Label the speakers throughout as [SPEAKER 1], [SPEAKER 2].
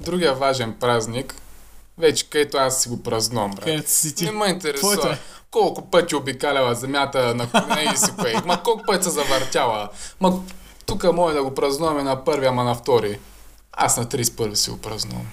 [SPEAKER 1] другия важен празник, вече където аз си го празнувам, брат.
[SPEAKER 2] Където си ти.
[SPEAKER 1] Не ме
[SPEAKER 2] Твоето
[SPEAKER 1] интересува
[SPEAKER 2] е.
[SPEAKER 1] колко пъти обикаляла земята на коне и си кое. Ма колко пъти се завъртяла. Ма тук може да го празнуваме на първи, ама на втори. Аз на 31 си го празнувам.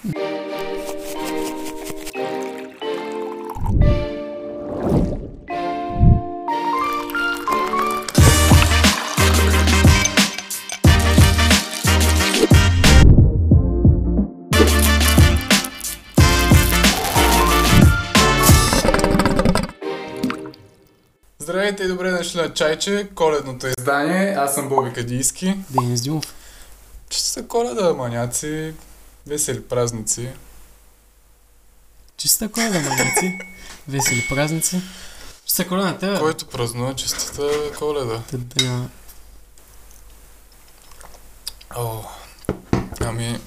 [SPEAKER 1] Здравейте и добре дошли на Чайче, коледното издание. Аз съм Боби Кадийски.
[SPEAKER 2] Денис Дюмов.
[SPEAKER 1] Че са коледа, маняци. Весели празници.
[SPEAKER 2] Чиста коледа, магнеци. Весели празници. Чиста коледа на тебе.
[SPEAKER 1] Който празнува честата коледа.
[SPEAKER 2] Да, да няма.
[SPEAKER 1] О, ами,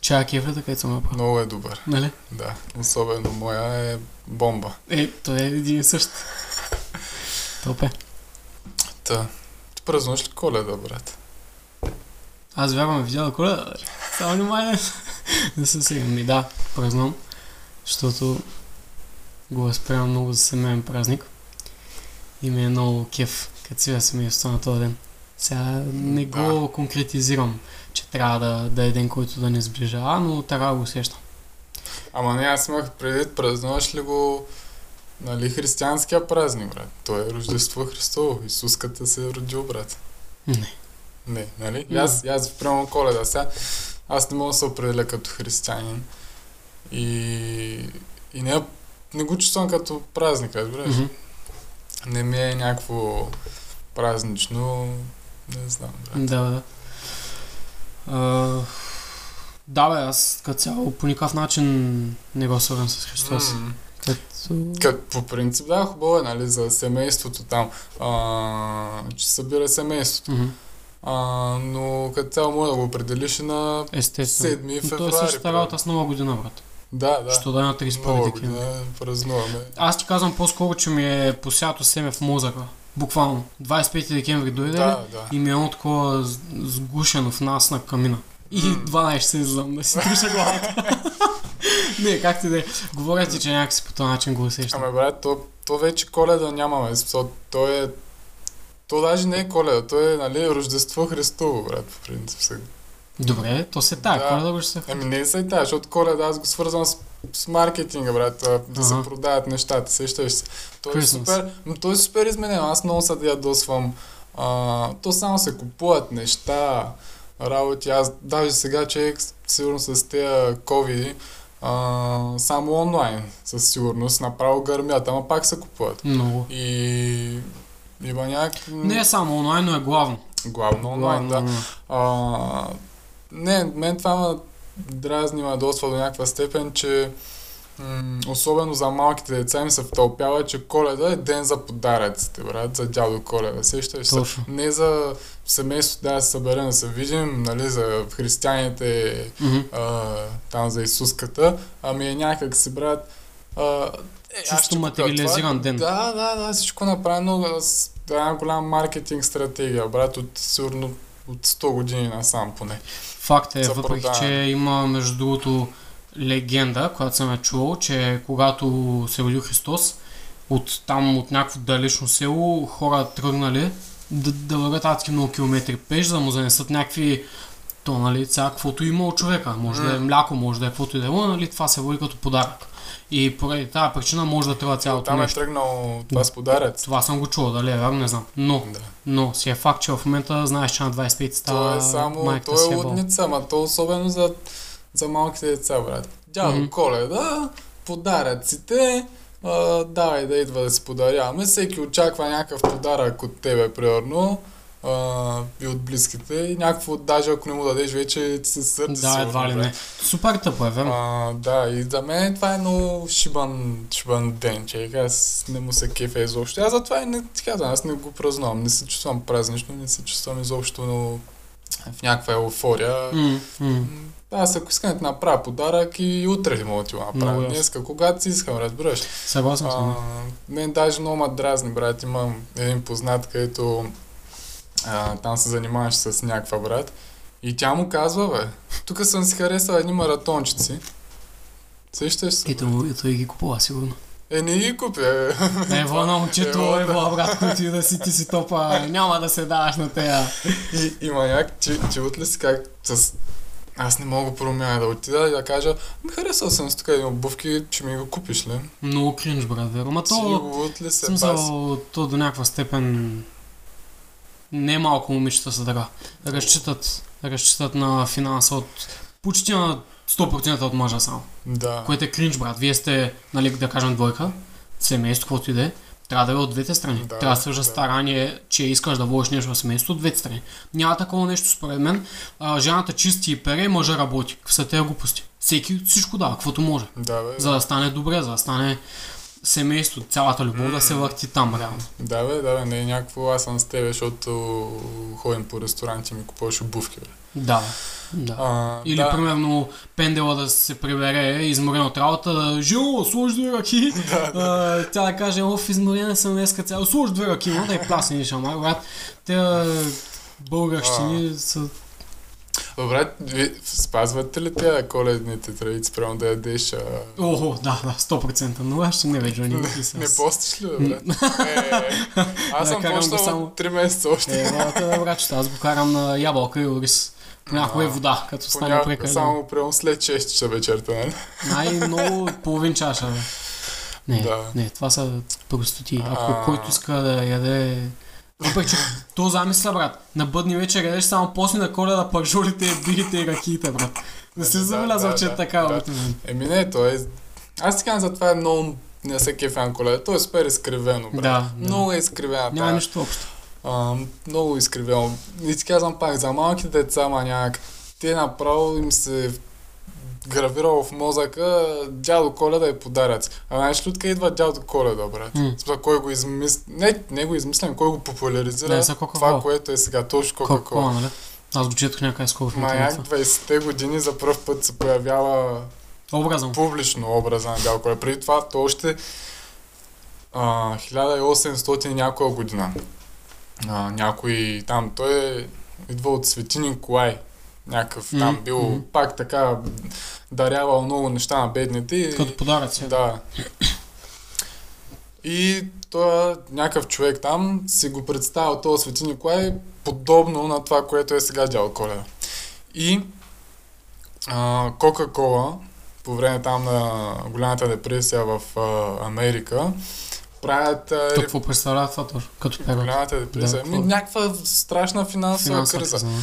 [SPEAKER 2] Чая кефрата, където съм направил.
[SPEAKER 1] много е добър.
[SPEAKER 2] Нали?
[SPEAKER 1] Да, особено моя е бомба.
[SPEAKER 2] Е, той е един и същ. е. Топе.
[SPEAKER 1] Та, ти празнуваш ли коледа, брат?
[SPEAKER 2] Аз вярвам, е видяла коледа. бе. Само внимание. Не се сега. Ми да, празнувам. Защото го възприемам много за семейен празник. И ми е много кеф, като си семейството на е този ден. Сега не го конкретизирам, че трябва да, да е ден, който да не сближава, но трябва да го усещам.
[SPEAKER 1] Ама не, аз имах предвид, празнуваш ли го нали, християнския празник, брат? Той е Рождество Христово. Исуската се е родил, брат.
[SPEAKER 2] Не.
[SPEAKER 1] Не, нали? И
[SPEAKER 2] М.
[SPEAKER 1] Аз, и аз прямо коледа сега. Аз не мога да се определя като християнин. И, и не, не го чувствам като празник, разбираш?
[SPEAKER 2] Мгм.
[SPEAKER 1] Не ми е някакво празнично, не знам, брат.
[SPEAKER 2] Да, бе, да. А, да, бе, аз като цяло по никакъв начин не го свързвам с Христос.
[SPEAKER 1] М.
[SPEAKER 2] Като...
[SPEAKER 1] Как, по принцип, да, хубаво е, нали, за семейството там, а, че събира семейството.
[SPEAKER 2] Мгм.
[SPEAKER 1] А, но като цяло може да го определиш и на...
[SPEAKER 2] Естествено.
[SPEAKER 1] 7
[SPEAKER 2] Но
[SPEAKER 1] февруари,
[SPEAKER 2] То е същата
[SPEAKER 1] брат.
[SPEAKER 2] работа с нова година, брат.
[SPEAKER 1] Да,
[SPEAKER 2] Да.
[SPEAKER 1] да.
[SPEAKER 2] Що да е на 31
[SPEAKER 1] Нова
[SPEAKER 2] декември.
[SPEAKER 1] година празнуваме.
[SPEAKER 2] Аз ти казвам по-скоро, че ми е посято семе в мозъка. Буквално. 25 декември дойде
[SPEAKER 1] Да, да.
[SPEAKER 2] и ми е едно такова с- сгушено в нас на камина. И
[SPEAKER 1] М.
[SPEAKER 2] 12 се излъм да си триша главата. Не, как ти да е. Говоря ти, че някакси по този начин го усещам.
[SPEAKER 1] Ама, брат, Ами, то, то вече коледа нямаме, смисъл, то е... То даже не е коледа, то е, нали, Рождество Христово, брат, по принцип. сега.
[SPEAKER 2] Добре, то се е тая.
[SPEAKER 1] Да.
[SPEAKER 2] Да. да го ще се...
[SPEAKER 1] Ами не се тая, защото коледа аз го свързвам с, с маркетинга, брат, а, да се
[SPEAKER 2] Ага.
[SPEAKER 1] продават нещата, сещаш се. Той е
[SPEAKER 2] Christmas.
[SPEAKER 1] супер, м, той е супер изменен, аз много се ядосвам. А, то само се купуват неща, работи. Аз даже сега човек, сигурно с тези COVID, а, само онлайн, със сигурност, направо гърмят, ама пак се купуват.
[SPEAKER 2] Много.
[SPEAKER 1] И има някак...
[SPEAKER 2] Не е само онлайн, но е главно.
[SPEAKER 1] Главно онлайн,
[SPEAKER 2] Главно,
[SPEAKER 1] да. А, не, мен това ме дразни ме доста до някаква степен, че м- особено за малките деца им се втълпява, че коледа е ден за подаръците, брат, за дядо коледа. Сещаш се?
[SPEAKER 2] Точно.
[SPEAKER 1] Не за семейството да се съберем, да се видим, нали, за християните
[SPEAKER 2] Мгм.
[SPEAKER 1] а, там за Исуската, ами е някак си, брат, а, е, аз
[SPEAKER 2] Чисто
[SPEAKER 1] ще купя
[SPEAKER 2] материализиран
[SPEAKER 1] това.
[SPEAKER 2] ден.
[SPEAKER 1] Да, да, да, всичко направено с една голяма маркетинг стратегия, брат, от сигурно от 100 години насам поне.
[SPEAKER 2] Факт е,
[SPEAKER 1] За
[SPEAKER 2] въпреки че
[SPEAKER 1] продаване.
[SPEAKER 2] има между другото легенда, която съм я чувал, че когато се роди Христос, от там, от някакво далечно село, хора тръгнали да, да вървят адски много километри пеш, за да му занесат някакви то, нали, ця, каквото има от човека. Може да е
[SPEAKER 1] М.
[SPEAKER 2] мляко, може да е каквото и да е, но, нали, това се води като подарък. И поради тази причина може да трябва цялото
[SPEAKER 1] Там е
[SPEAKER 2] нещо.
[SPEAKER 1] тръгнал това с подаръци.
[SPEAKER 2] Това съм го чувал, дали е вярно, не знам. Но,
[SPEAKER 1] Да.
[SPEAKER 2] но си е факт, че в момента знаеш, че на 25 става
[SPEAKER 1] То е само,
[SPEAKER 2] майката
[SPEAKER 1] то
[SPEAKER 2] си
[SPEAKER 1] е
[SPEAKER 2] е бал.
[SPEAKER 1] лудница, ма то особено за, за малките деца, брат. Дядо
[SPEAKER 2] Мгм.
[SPEAKER 1] Коледа, подаръците, а, давай да идва да си подаряваме. Всеки очаква някакъв подарък от тебе, примерно, а, и от близките. И някакво, даже ако не му дадеш, вече ти се сърце.
[SPEAKER 2] Да, едва ли не. Супер тъпо е, верно.
[SPEAKER 1] А, да, и за мен това е много шибан, шибан ден, че аз не му се кефе изобщо. Аз затова и не ти казвам, аз не го празнувам, не се чувствам празнично, не се чувствам изобщо но в някаква еуфория.
[SPEAKER 2] М, м.
[SPEAKER 1] М, Аз ако искам да ти направя подарък и утре ли мога да ти го
[SPEAKER 2] Много
[SPEAKER 1] направя.
[SPEAKER 2] ясно.
[SPEAKER 1] Днеска, когато си искам, разбираш.
[SPEAKER 2] Съгласен съм.
[SPEAKER 1] А, мен даже много ма дразни, брат. Имам един познат, където а, там се занимаваш с някаква брат. И тя му казва, бе, тук съм си харесал едни маратончици. Сещаш се? бе?
[SPEAKER 2] Ето, ето и ги купува, сигурно.
[SPEAKER 1] Е, не ги купи, бе. Е,
[SPEAKER 2] Ево на момчето,
[SPEAKER 1] Ево,
[SPEAKER 2] ево, брат, който и да си, ти си топа, няма да се даваш на тея.
[SPEAKER 1] И, и маняк, че, че ли си как с... Аз не мога промяна да отида и да кажа, ми харесал съм си тук едни обувки, че ми го купиш ли?
[SPEAKER 2] Много кринж, брат, веро. Ма
[SPEAKER 1] Си
[SPEAKER 2] то,
[SPEAKER 1] луд ли се паси?
[SPEAKER 2] смисъл, то до някаква степен не е малко момичета са така. Разчитат, разчитат на финанса от почти на 100% от мъжа само.
[SPEAKER 1] Да.
[SPEAKER 2] Което е кринж, брат. Вие сте, нали, да кажем двойка, семейство, каквото и да е. Трябва да е от двете страни.
[SPEAKER 1] Да,
[SPEAKER 2] Трябва да свържа
[SPEAKER 1] да.
[SPEAKER 2] старание, че искаш да водиш нещо в семейството от двете страни. Няма такова нещо, според мен. А, жената чисти и пере, мъжа работи. Какви са тези глупости? Всеки всичко дава, каквото може.
[SPEAKER 1] Да, бе.
[SPEAKER 2] За да стане добре, за да стане семейство, цялата любов да се върти там, реално.
[SPEAKER 1] Да, бе, да, бе, не е някакво аз съм с тебе, защото ходим по ресторанти и ми купуваш обувки, бе.
[SPEAKER 2] Да. да.
[SPEAKER 1] А,
[SPEAKER 2] Или,
[SPEAKER 1] да.
[SPEAKER 2] примерно, пендела да се прибере, изморен от работа, да Жило, сложи две ръки. а, тя да каже, оф, изморена съм днеска цяло. Сложи две ръки, но да е плясни шамар, брат. Те а, българщини са...
[SPEAKER 1] Добре, ви спазвате ли тя коледните традиции, прямо да ядеш? А...
[SPEAKER 2] Охо, да, да, 100%. Но аз ще не вече не
[SPEAKER 1] Не, не постиш ли, бе, брат? Е, аз
[SPEAKER 2] Да,
[SPEAKER 1] съм
[SPEAKER 2] карам го
[SPEAKER 1] почнал
[SPEAKER 2] само.
[SPEAKER 1] 3 месеца още.
[SPEAKER 2] Е, брат, брат, аз го карам на ябълка и ориз. Понякога е вода, като стане
[SPEAKER 1] Понякога
[SPEAKER 2] прекалено.
[SPEAKER 1] само прямо след 6 часа вечерта, нали?
[SPEAKER 2] Най-много половин чаша. бе. Не,
[SPEAKER 1] Да.
[SPEAKER 2] не, това са простоти. Ако
[SPEAKER 1] А.
[SPEAKER 2] който иска да яде... Въпреки, че то замисля, брат. На бъдни вечер ядеш само после на коледа пържолите, бирите и ракиите, брат. Не си
[SPEAKER 1] Ами Да,
[SPEAKER 2] забелязал,
[SPEAKER 1] да,
[SPEAKER 2] че е
[SPEAKER 1] да,
[SPEAKER 2] така,
[SPEAKER 1] да.
[SPEAKER 2] брат. мен.
[SPEAKER 1] Еми не, то е... Аз ти казвам, затова е много... Не се кефя на коледа. То е супер изкривено, брат.
[SPEAKER 2] Да, да.
[SPEAKER 1] Много е изкривена
[SPEAKER 2] Няма
[SPEAKER 1] тая.
[SPEAKER 2] нищо общо.
[SPEAKER 1] А, много изкривено. И ти казвам пак, за малките деца маняк, те направо им се гравирало в мозъка дядо Коледа е подаръци. А знаеш ли откъде идва дядо Коледа, брат?
[SPEAKER 2] М.
[SPEAKER 1] За кой го измисли... Не, не го измислям, кой го популяризира
[SPEAKER 2] Да, за Coca-Cola.
[SPEAKER 1] това, което е сега точно Кока-Кола.
[SPEAKER 2] Кока-кола, нали? Аз го четох някъде с кола в
[SPEAKER 1] Маяк
[SPEAKER 2] интернет.
[SPEAKER 1] 20-те години за първ път се появява
[SPEAKER 2] Образно.
[SPEAKER 1] публично образа на Дядо Коледа. Преди това то още а, 1800 и някоя година. А, някой там, той е идва от Свети Николай. Някакъв
[SPEAKER 2] Мгм,
[SPEAKER 1] там бил
[SPEAKER 2] мгм.
[SPEAKER 1] пак така дарявал много неща на бедните. И,
[SPEAKER 2] Като подаръци.
[SPEAKER 1] да. И той е някакъв човек там си го представил този Свети Николай подобно на това, което е сега дял Коледа. И а, Кока-Кола по време там на голямата депресия в а, Америка правят а,
[SPEAKER 2] То какво представлява това точно? Като перо.
[SPEAKER 1] голямата депресия.
[SPEAKER 2] Да,
[SPEAKER 1] Ми,
[SPEAKER 2] какво?
[SPEAKER 1] някаква страшна финансова,
[SPEAKER 2] Финансова
[SPEAKER 1] криза.
[SPEAKER 2] криза. нали?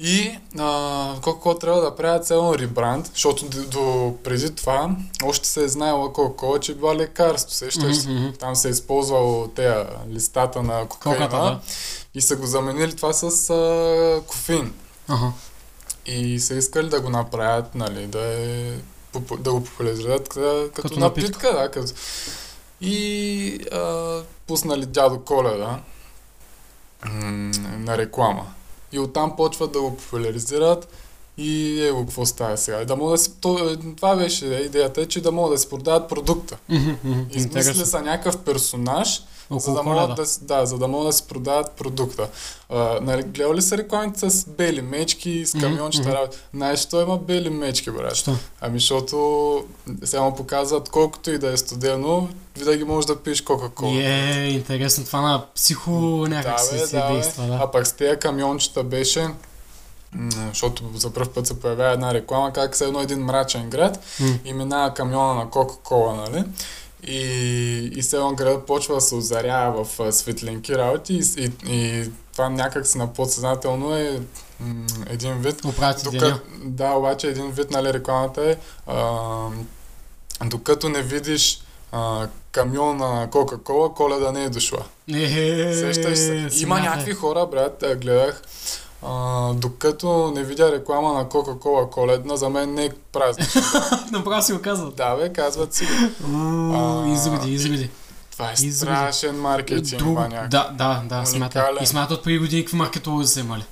[SPEAKER 1] И а, Coca-Cola трябва да правят цяло ребранд, защото до, до преди това още се е знаела Coca-Cola, че била лекарство. Сещаш се?
[SPEAKER 2] Мгм, мгм.
[SPEAKER 1] Там се е използвало тея листата на кокаина
[SPEAKER 2] Коката, да.
[SPEAKER 1] и са го заменили това с а, кофеин.
[SPEAKER 2] Аха.
[SPEAKER 1] И са искали да го направят, нали, да, е, попу- да го популяризират като, като,
[SPEAKER 2] Като напитка.
[SPEAKER 1] напитка. Да, като... И а, пуснали дядо Коледа м, на реклама. И оттам почват да го популяризират и его какво става сега. И Да мога да си, то, е, това беше идеята, е, че да могат да си продават продукта.
[SPEAKER 2] Мгм, мгм.
[SPEAKER 1] Измисли
[SPEAKER 2] Интересно.
[SPEAKER 1] са някакъв персонаж, за да,
[SPEAKER 2] Около
[SPEAKER 1] могат
[SPEAKER 2] коледа.
[SPEAKER 1] да, с- да, за да могат да си продават продукта. А, нали, гледал ли са рекламите с бели мечки, с
[SPEAKER 2] Мгм,
[SPEAKER 1] камиончета
[SPEAKER 2] мгм.
[SPEAKER 1] работи? Знаеш, що има бели мечки, брат?
[SPEAKER 2] Що?
[SPEAKER 1] Ами, защото само показват колкото и да е студено, винаги можеш да пиеш Кока-Кола.
[SPEAKER 2] Е, интересно, това на психо някак си
[SPEAKER 1] бе,
[SPEAKER 2] се
[SPEAKER 1] да, бе.
[SPEAKER 2] действа, да.
[SPEAKER 1] А пък с тези камиончета беше, м, защото за първ път се появява една реклама, как се едно един мрачен град
[SPEAKER 2] М.
[SPEAKER 1] и минава камиона на Кока-Кола, нали? И, и все едно града почва да се озарява в а, светлинки работи и, с- и, и това някак си на подсъзнателно е м, един вид.
[SPEAKER 2] Оправят ти деня.
[SPEAKER 1] Докато, да, обаче един вид, нали, рекламата е а, докато не видиш а, камиона на Кока-Кола, коледа не е дошла.
[SPEAKER 2] Е,
[SPEAKER 1] Сещаш се. Има
[SPEAKER 2] смятай.
[SPEAKER 1] някакви хора, брат, а, гледах. А, докато не видя реклама на Кока-Кола коледна, за мен не е празник.
[SPEAKER 2] Направо си го казват.
[SPEAKER 1] да, бе, казват си.
[SPEAKER 2] Уу,
[SPEAKER 1] А,
[SPEAKER 2] Изроди,
[SPEAKER 1] и-
[SPEAKER 2] изроди.
[SPEAKER 1] Това е
[SPEAKER 2] Изводи.
[SPEAKER 1] страшен маркетинг,
[SPEAKER 2] Друг-
[SPEAKER 1] маняк.
[SPEAKER 2] Да, да, да, смятай.
[SPEAKER 1] Уникален.
[SPEAKER 2] И смятат преди години какви маркетолози са имали.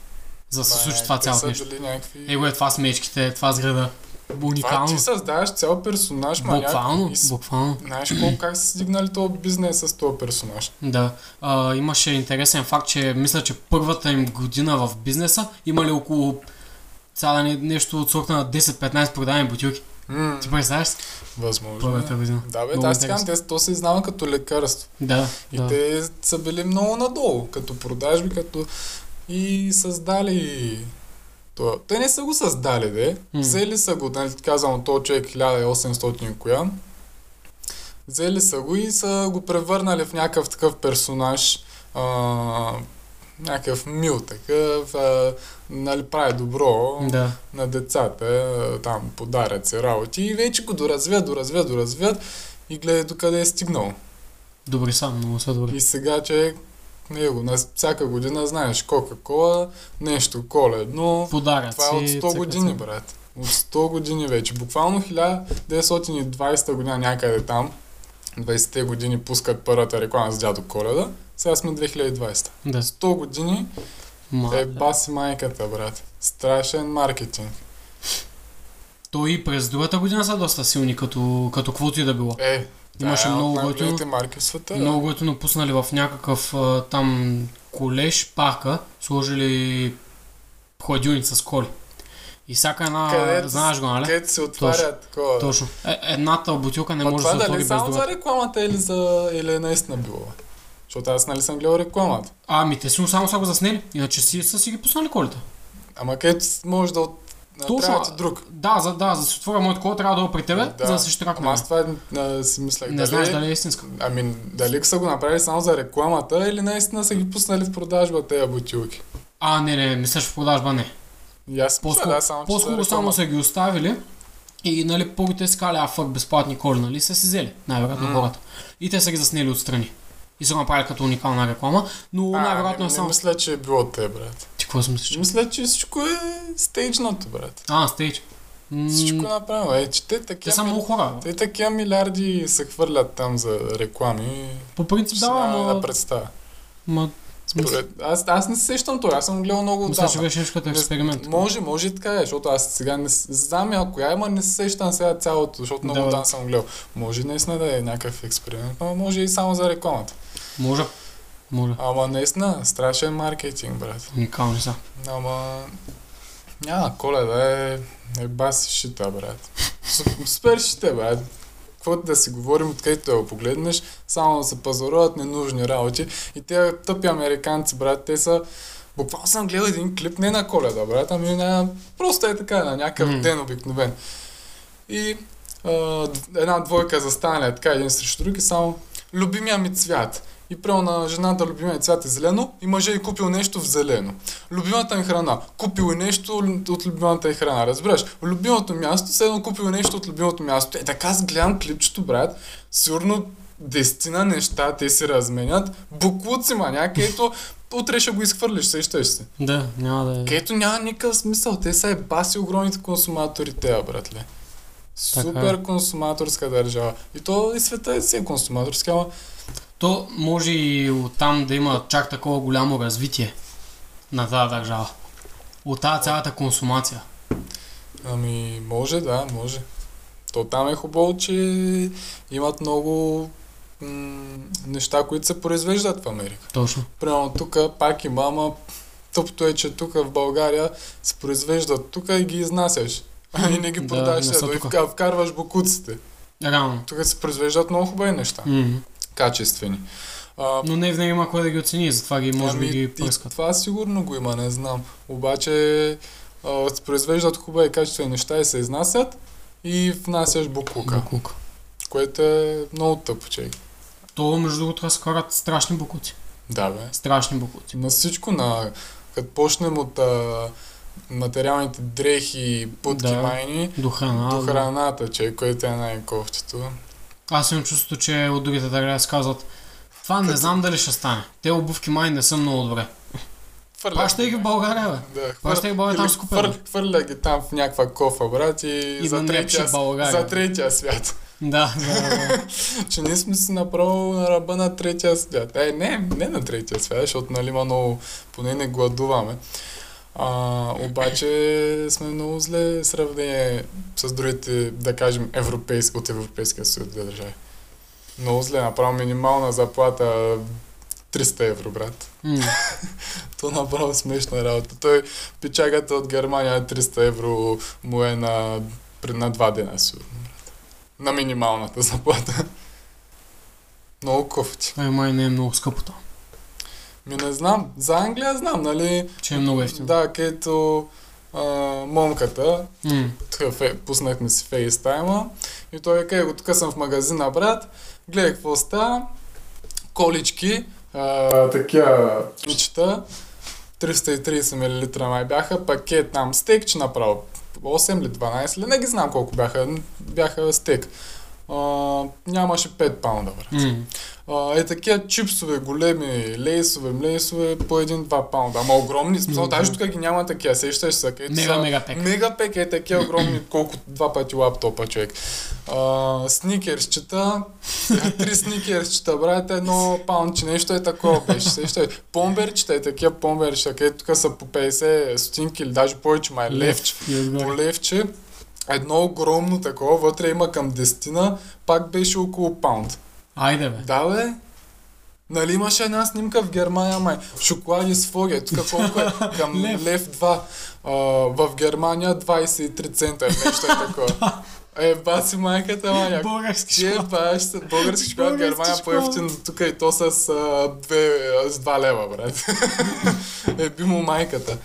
[SPEAKER 2] За да се
[SPEAKER 1] Ма, е,
[SPEAKER 2] случи това
[SPEAKER 1] те
[SPEAKER 2] цялото
[SPEAKER 1] са
[SPEAKER 2] нещо.
[SPEAKER 1] били някакви-
[SPEAKER 2] Его е това с мечките, това с града.
[SPEAKER 1] Това
[SPEAKER 2] Уникално.
[SPEAKER 1] ти създаваш цял персонаж, маняк.
[SPEAKER 2] Буквално,
[SPEAKER 1] И с-
[SPEAKER 2] буквално.
[SPEAKER 1] Знаеш колко как са стигнали този бизнес с този персонаж?
[SPEAKER 2] Да. А, имаше интересен факт, че мисля, че първата им година в бизнеса имали около цяла не, нещо от сорта на 10-15 продадени бутилки.
[SPEAKER 1] М,
[SPEAKER 2] Ти представяш си?
[SPEAKER 1] Възможно. е.
[SPEAKER 2] Първата година.
[SPEAKER 1] Да, бе,
[SPEAKER 2] Много
[SPEAKER 1] да, аз ти
[SPEAKER 2] интересно.
[SPEAKER 1] казвам, те- то се изнава като лекарство.
[SPEAKER 2] Да,
[SPEAKER 1] И
[SPEAKER 2] да.
[SPEAKER 1] те са били много надолу, като продажби, като и създали това. Те не са го създали, де.
[SPEAKER 2] М.
[SPEAKER 1] Взели са го, нали, казвам, от този човек 1800 и коя. Взели са го и са го превърнали в някакъв такъв персонаж, а, някакъв мил такъв, а, нали, прави добро
[SPEAKER 2] Да.
[SPEAKER 1] на децата, там подарят се работи и вече го доразвят, доразвят, доразвят и гледай докъде е стигнал.
[SPEAKER 2] Добре сам, много са добре.
[SPEAKER 1] И сега, че него, на всяка година знаеш Кока-Кола, нещо коледно.
[SPEAKER 2] Подаръци.
[SPEAKER 1] Това е от 100
[SPEAKER 2] цъкат
[SPEAKER 1] години,
[SPEAKER 2] се.
[SPEAKER 1] брат. От 100 години вече. Буквално 1920 година някъде там, 20-те години пускат първата реклама с дядо Коледа. Сега сме 2020.
[SPEAKER 2] Да.
[SPEAKER 1] 100 години
[SPEAKER 2] Ма,
[SPEAKER 1] е баси майката, брат. Страшен маркетинг.
[SPEAKER 2] То и през другата година са доста силни, като, като каквото и да било.
[SPEAKER 1] Е,
[SPEAKER 2] Имаше
[SPEAKER 1] да,
[SPEAKER 2] много готино.
[SPEAKER 1] готини. марки в света.
[SPEAKER 2] Много които напуснали в някакъв а, там колеж, парка, сложили хладилница с коли. И всяка една,
[SPEAKER 1] Където-
[SPEAKER 2] знаеш го, нали?
[SPEAKER 1] Където се отварят такова.
[SPEAKER 2] Точно. Е, едната бутилка не
[SPEAKER 1] Ма
[SPEAKER 2] може да
[SPEAKER 1] това
[SPEAKER 2] се отвори
[SPEAKER 1] дали
[SPEAKER 2] без
[SPEAKER 1] само
[SPEAKER 2] другата.
[SPEAKER 1] за рекламата или, за... или е наистина било? бе? Защото аз нали съм гледал рекламата.
[SPEAKER 2] Ами, те сигурно само са го заснели, иначе си, са си ги пуснали колите.
[SPEAKER 1] Ама където с- може да от...
[SPEAKER 2] Точно.
[SPEAKER 1] направят и друг.
[SPEAKER 2] Да, за, да, за да си отворя моето кола, трябва да дойда при тебе,
[SPEAKER 1] Да.
[SPEAKER 2] за да се штракне.
[SPEAKER 1] Ама аз това а, си мислех.
[SPEAKER 2] Не знаеш дали е истинска.
[SPEAKER 1] Ами, дали са го направили само за рекламата или наистина са ги пуснали в продажба тези бутилки?
[SPEAKER 2] А, не, не, мислиш в продажба, не.
[SPEAKER 1] И аз мисля,
[SPEAKER 2] По-скоро-
[SPEAKER 1] да, само, че за
[SPEAKER 2] По-скоро само
[SPEAKER 1] реклама.
[SPEAKER 2] са ги оставили и нали, първите си кали, а фък, безплатни коли, нали, са си взели, най-вероятно
[SPEAKER 1] М.
[SPEAKER 2] хората. И те са ги заснели отстрани. И са го направили като уникална реклама, но
[SPEAKER 1] А,
[SPEAKER 2] най-вероятно
[SPEAKER 1] не,
[SPEAKER 2] е само...
[SPEAKER 1] не мисля, че е било те, брат.
[SPEAKER 2] Ти какво си мислиш?
[SPEAKER 1] Мисля, че всичко е стейджнато, брат.
[SPEAKER 2] А, стейдж. М,
[SPEAKER 1] Всичко е направено. Е, че те такива...
[SPEAKER 2] Те са
[SPEAKER 1] мили-
[SPEAKER 2] много хора. бе.
[SPEAKER 1] Те такива милиарди се хвърлят там за реклами.
[SPEAKER 2] По принцип, да,
[SPEAKER 1] да,
[SPEAKER 2] ама...
[SPEAKER 1] да представя.
[SPEAKER 2] ма- мисля-
[SPEAKER 1] Според... Аз, аз не се сещам това, аз съм гледал много
[SPEAKER 2] Мисля, че
[SPEAKER 1] отдавна.
[SPEAKER 2] беше нещо като
[SPEAKER 1] Не-
[SPEAKER 2] експеримент.
[SPEAKER 1] Може, може и така е, защото аз сега не с- знам я коя, ама не се сещам сега цялото, защото много
[SPEAKER 2] Да, бе.
[SPEAKER 1] отдавна съм гледал. Може наистина да е някакъв експеримент, но може и само за рекламата.
[SPEAKER 2] Може. Може.
[SPEAKER 1] Ама наистина, страшен маркетинг, брат.
[SPEAKER 2] Уникални са.
[SPEAKER 1] Ама... Няма, коледа е... е баси шита, брат. Су- Супер шита, брат. Каквото да си говорим, откъдето да го погледнеш, само да се пазаруват ненужни работи. И те тъпи американци, брат, те са... Буквално съм гледал един клип, не на коледа, брат, ами на... Просто е така, на някакъв
[SPEAKER 2] Мгм.
[SPEAKER 1] mm. ден обикновен. И а, една двойка застанали така един срещу друг и само любимия ми цвят. И прямо на жената любимия й цвят е зелено и мъжа е купил нещо в зелено. Любимата ми храна. Купил е нещо от любимата й храна. Разбираш? Любимото място, седно купил е нещо от любимото място. Е, така аз гледам клипчето, брат. Сигурно дестина неща те си разменят. Буклуци, маня, където утре ще го изхвърлиш, сещаш се.
[SPEAKER 2] Да, няма да е.
[SPEAKER 1] Където няма никакъв смисъл. Те са ебаси огромните консуматори, те, братле. Супер консуматорска държава. И то и света е си е консуматорски, ама
[SPEAKER 2] То може и оттам да има чак такова голямо развитие на тази държава. От тази цялата консумация.
[SPEAKER 1] Ами, може, да, може. То там е хубаво, че имат много м- неща, които се произвеждат в Америка.
[SPEAKER 2] Точно.
[SPEAKER 1] Примерно тук пак има, ама тъпто е, че тук в България се произвеждат тук и ги изнасяш. А и не ги
[SPEAKER 2] Да,
[SPEAKER 1] продаваш
[SPEAKER 2] не
[SPEAKER 1] да,
[SPEAKER 2] са
[SPEAKER 1] и
[SPEAKER 2] тука.
[SPEAKER 1] вка- вкарваш букуците.
[SPEAKER 2] Реално.
[SPEAKER 1] Тук се произвеждат много хубави неща,
[SPEAKER 2] М.
[SPEAKER 1] качествени. А,
[SPEAKER 2] Но не винаги има кой да ги оцени, затова ги може би
[SPEAKER 1] Ами,
[SPEAKER 2] ги
[SPEAKER 1] И
[SPEAKER 2] пръскат.
[SPEAKER 1] това сигурно го има, не знам. Обаче а, се произвеждат хубави и качествени неща и се изнасят и внасяш буклука,
[SPEAKER 2] Буклук.
[SPEAKER 1] което е много тъпо, че.
[SPEAKER 2] То, между другото, разкарат страшни букуци.
[SPEAKER 1] Да, бе.
[SPEAKER 2] Страшни букуци.
[SPEAKER 1] На всичко, на... като почнем от а, материалните дрехи, путки,
[SPEAKER 2] Да.
[SPEAKER 1] майни,
[SPEAKER 2] До храна.
[SPEAKER 1] до храната, че, което е най-кофтито.
[SPEAKER 2] Аз имам чувството, че от другите държави си казват това не знам дали ще стане. Те обувки май не са много добре.
[SPEAKER 1] Хвърля
[SPEAKER 2] Пращай ги в България, бе.
[SPEAKER 1] Да,
[SPEAKER 2] Пращай ги в България, там
[SPEAKER 1] или
[SPEAKER 2] ще купя. бе.
[SPEAKER 1] хвър- Хвърля ги там в някаква кофа, брат, и,
[SPEAKER 2] И да
[SPEAKER 1] за,
[SPEAKER 2] не лепши
[SPEAKER 1] третия,
[SPEAKER 2] в България.
[SPEAKER 1] за третия свят.
[SPEAKER 2] Да, да, да.
[SPEAKER 1] че ние сме си направо на ръба на третия свят. Е, не, не на третия свят, защото нали има много, поне не гладуваме. А, обаче сме много зле в сравнение с другите, да кажем, европейс, от Европейския съюз да държави. Много зле, направо минимална заплата 300 евро, брат.
[SPEAKER 2] М,
[SPEAKER 1] То направо смешна работа. Той печагата от Германия 300 евро му е на, при- на два дена, сигурно. брат. На минималната заплата. Много кофти.
[SPEAKER 2] Това май не е много скъпо то,
[SPEAKER 1] Ми не знам. За Англия знам, нали?
[SPEAKER 2] че е много ефтино.
[SPEAKER 1] Да, където а, момката,
[SPEAKER 2] М,
[SPEAKER 1] Тук фе- е, пуснахме си фейстайма и той вика, го тук съм в магазина, брат, гледай какво става, колички, а, такива кичета, 330 мл май бяха, пакет там стейк, че направо 8 ли 12 ли, не ги знам колко бяха, бяха стейк. А, нямаше 5 паунда, брат.
[SPEAKER 2] м.
[SPEAKER 1] А, е такива чипсове, големи, лейсове, млейсове, по 1-2 паунда. Ама огромни, смисъл,
[SPEAKER 2] Мгм.
[SPEAKER 1] даже тук ги няма такива, сещаш се, където
[SPEAKER 2] Мега,
[SPEAKER 1] са
[SPEAKER 2] мега пек.
[SPEAKER 1] Мега пек е такива огромни, колко два пъти лаптопа човек. А, сникерсчета, три сникерсчета, брат, едно паунче, нещо е такова беше. Сещаш. Помберчета е такива помберчета, където тук са по 50 стотинки или даже повече, май левче.
[SPEAKER 2] И отгоре.
[SPEAKER 1] По левче, едно огромно такова, вътре има към дестина, пак беше около паунд.
[SPEAKER 2] Айде бе.
[SPEAKER 1] Да, бе. Нали имаше една снимка в Германия, май? Шоколади с фоге. Тук колко е? Към
[SPEAKER 2] Лев.
[SPEAKER 1] лев, 2. А, в Германия 23 цента е нещо е такова. Е, баси майката, маня.
[SPEAKER 2] Е, Български
[SPEAKER 1] Че
[SPEAKER 2] шоколад.
[SPEAKER 1] баш, български шоколад в
[SPEAKER 2] Български
[SPEAKER 1] Германия
[SPEAKER 2] шоколад.
[SPEAKER 1] по-ефтин тук е и то с, а, две, а, с 2 лева, брат. е, би му майката.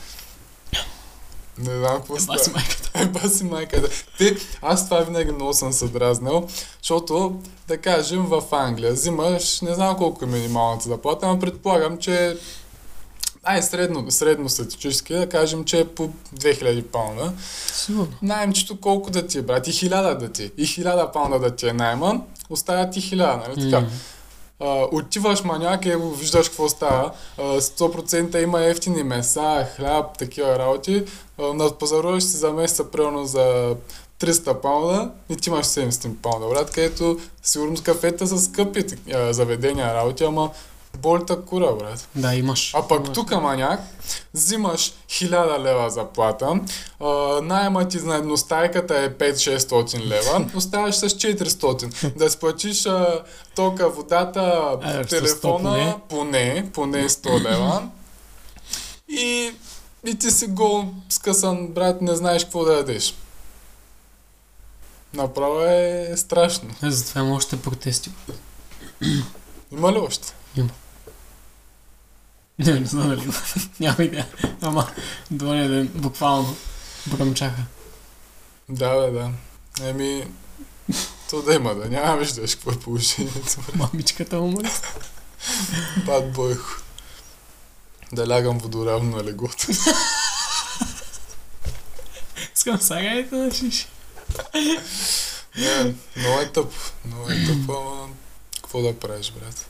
[SPEAKER 1] Не знам какво
[SPEAKER 2] Еба си Е, майката.
[SPEAKER 1] Еба си майката. Ти, аз това винаги много съм се дразнал, защото, да кажем, в Англия взимаш, не знам колко е минималната заплата, но предполагам, че Ай, средно, средно статически, да кажем, че е по 2000 паунда.
[SPEAKER 2] Сигурно.
[SPEAKER 1] Наемчето колко да ти е, брат? И 1000 да ти е. И 1000 паунда да ти е найма, оставят ти 1000, нали така?
[SPEAKER 2] М,
[SPEAKER 1] А, отиваш маняк, е, виждаш какво става. А, 100% има ефтини меса, хляб, такива работи. А, надпазаруваш си за месеца примерно за 300 паунда и ти имаш 700 паунда, брат, където сигурно кафета са скъпи а, заведения работи, ама болта кура, брат.
[SPEAKER 2] Да, имаш.
[SPEAKER 1] А пък
[SPEAKER 2] Имаш.
[SPEAKER 1] тук, маняк, взимаш 1000 лева заплата, а, найема ти на едностайката е 5-600 лева, оставаш с 400. Да сплатиш а, тока, водата,
[SPEAKER 2] Е, с 100
[SPEAKER 1] телефона,
[SPEAKER 2] поне.
[SPEAKER 1] поне, поне 100 лева. И, и ти си гол, скъсан, брат, не знаеш какво да ядеш. Направо е страшно.
[SPEAKER 2] Е, Затова има още протести.
[SPEAKER 1] Има ли още?
[SPEAKER 2] Не, не знам дали. има. Няма идея. Ама, долния ден, буквално, бръмчаха.
[SPEAKER 1] Да, да, да. Еми, то да има да. Няма виждаш какво е положението.
[SPEAKER 2] Мамичката му моля.
[SPEAKER 1] Бад бойко. Да лягам водоравно на леглото.
[SPEAKER 2] Искам сега и да начиш.
[SPEAKER 1] Не, много е тъпо. Много е тъпо, ама какво да правиш, брат?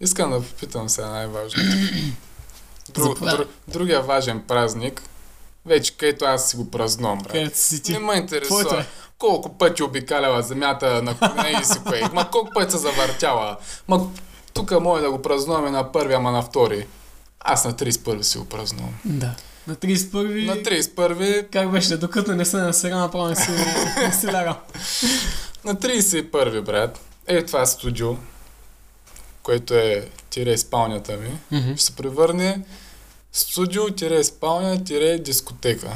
[SPEAKER 1] Искам да попитам сега най-важното. Друг,
[SPEAKER 2] Заповядай.
[SPEAKER 1] друг, другия важен празник, вече където аз си го празнувам, брат.
[SPEAKER 2] Където си ти.
[SPEAKER 1] Не ме интересува.
[SPEAKER 2] Твоето е.
[SPEAKER 1] колко пъти обикаляла земята на коне и си кое. Ма колко пъти се завъртяла. Ма тук може да го празнуваме на първи, ама на втори. Аз на 31 си го празнувам.
[SPEAKER 2] Да. На 31-ви...
[SPEAKER 1] На 31,
[SPEAKER 2] Как беше? Докато не се насера направо не си, не си лягам.
[SPEAKER 1] на 31 брат. Е, това студио, което е тире спалнята ми,
[SPEAKER 2] Мгм.
[SPEAKER 1] ще се превърне студио, тире спалня, тире дискотека.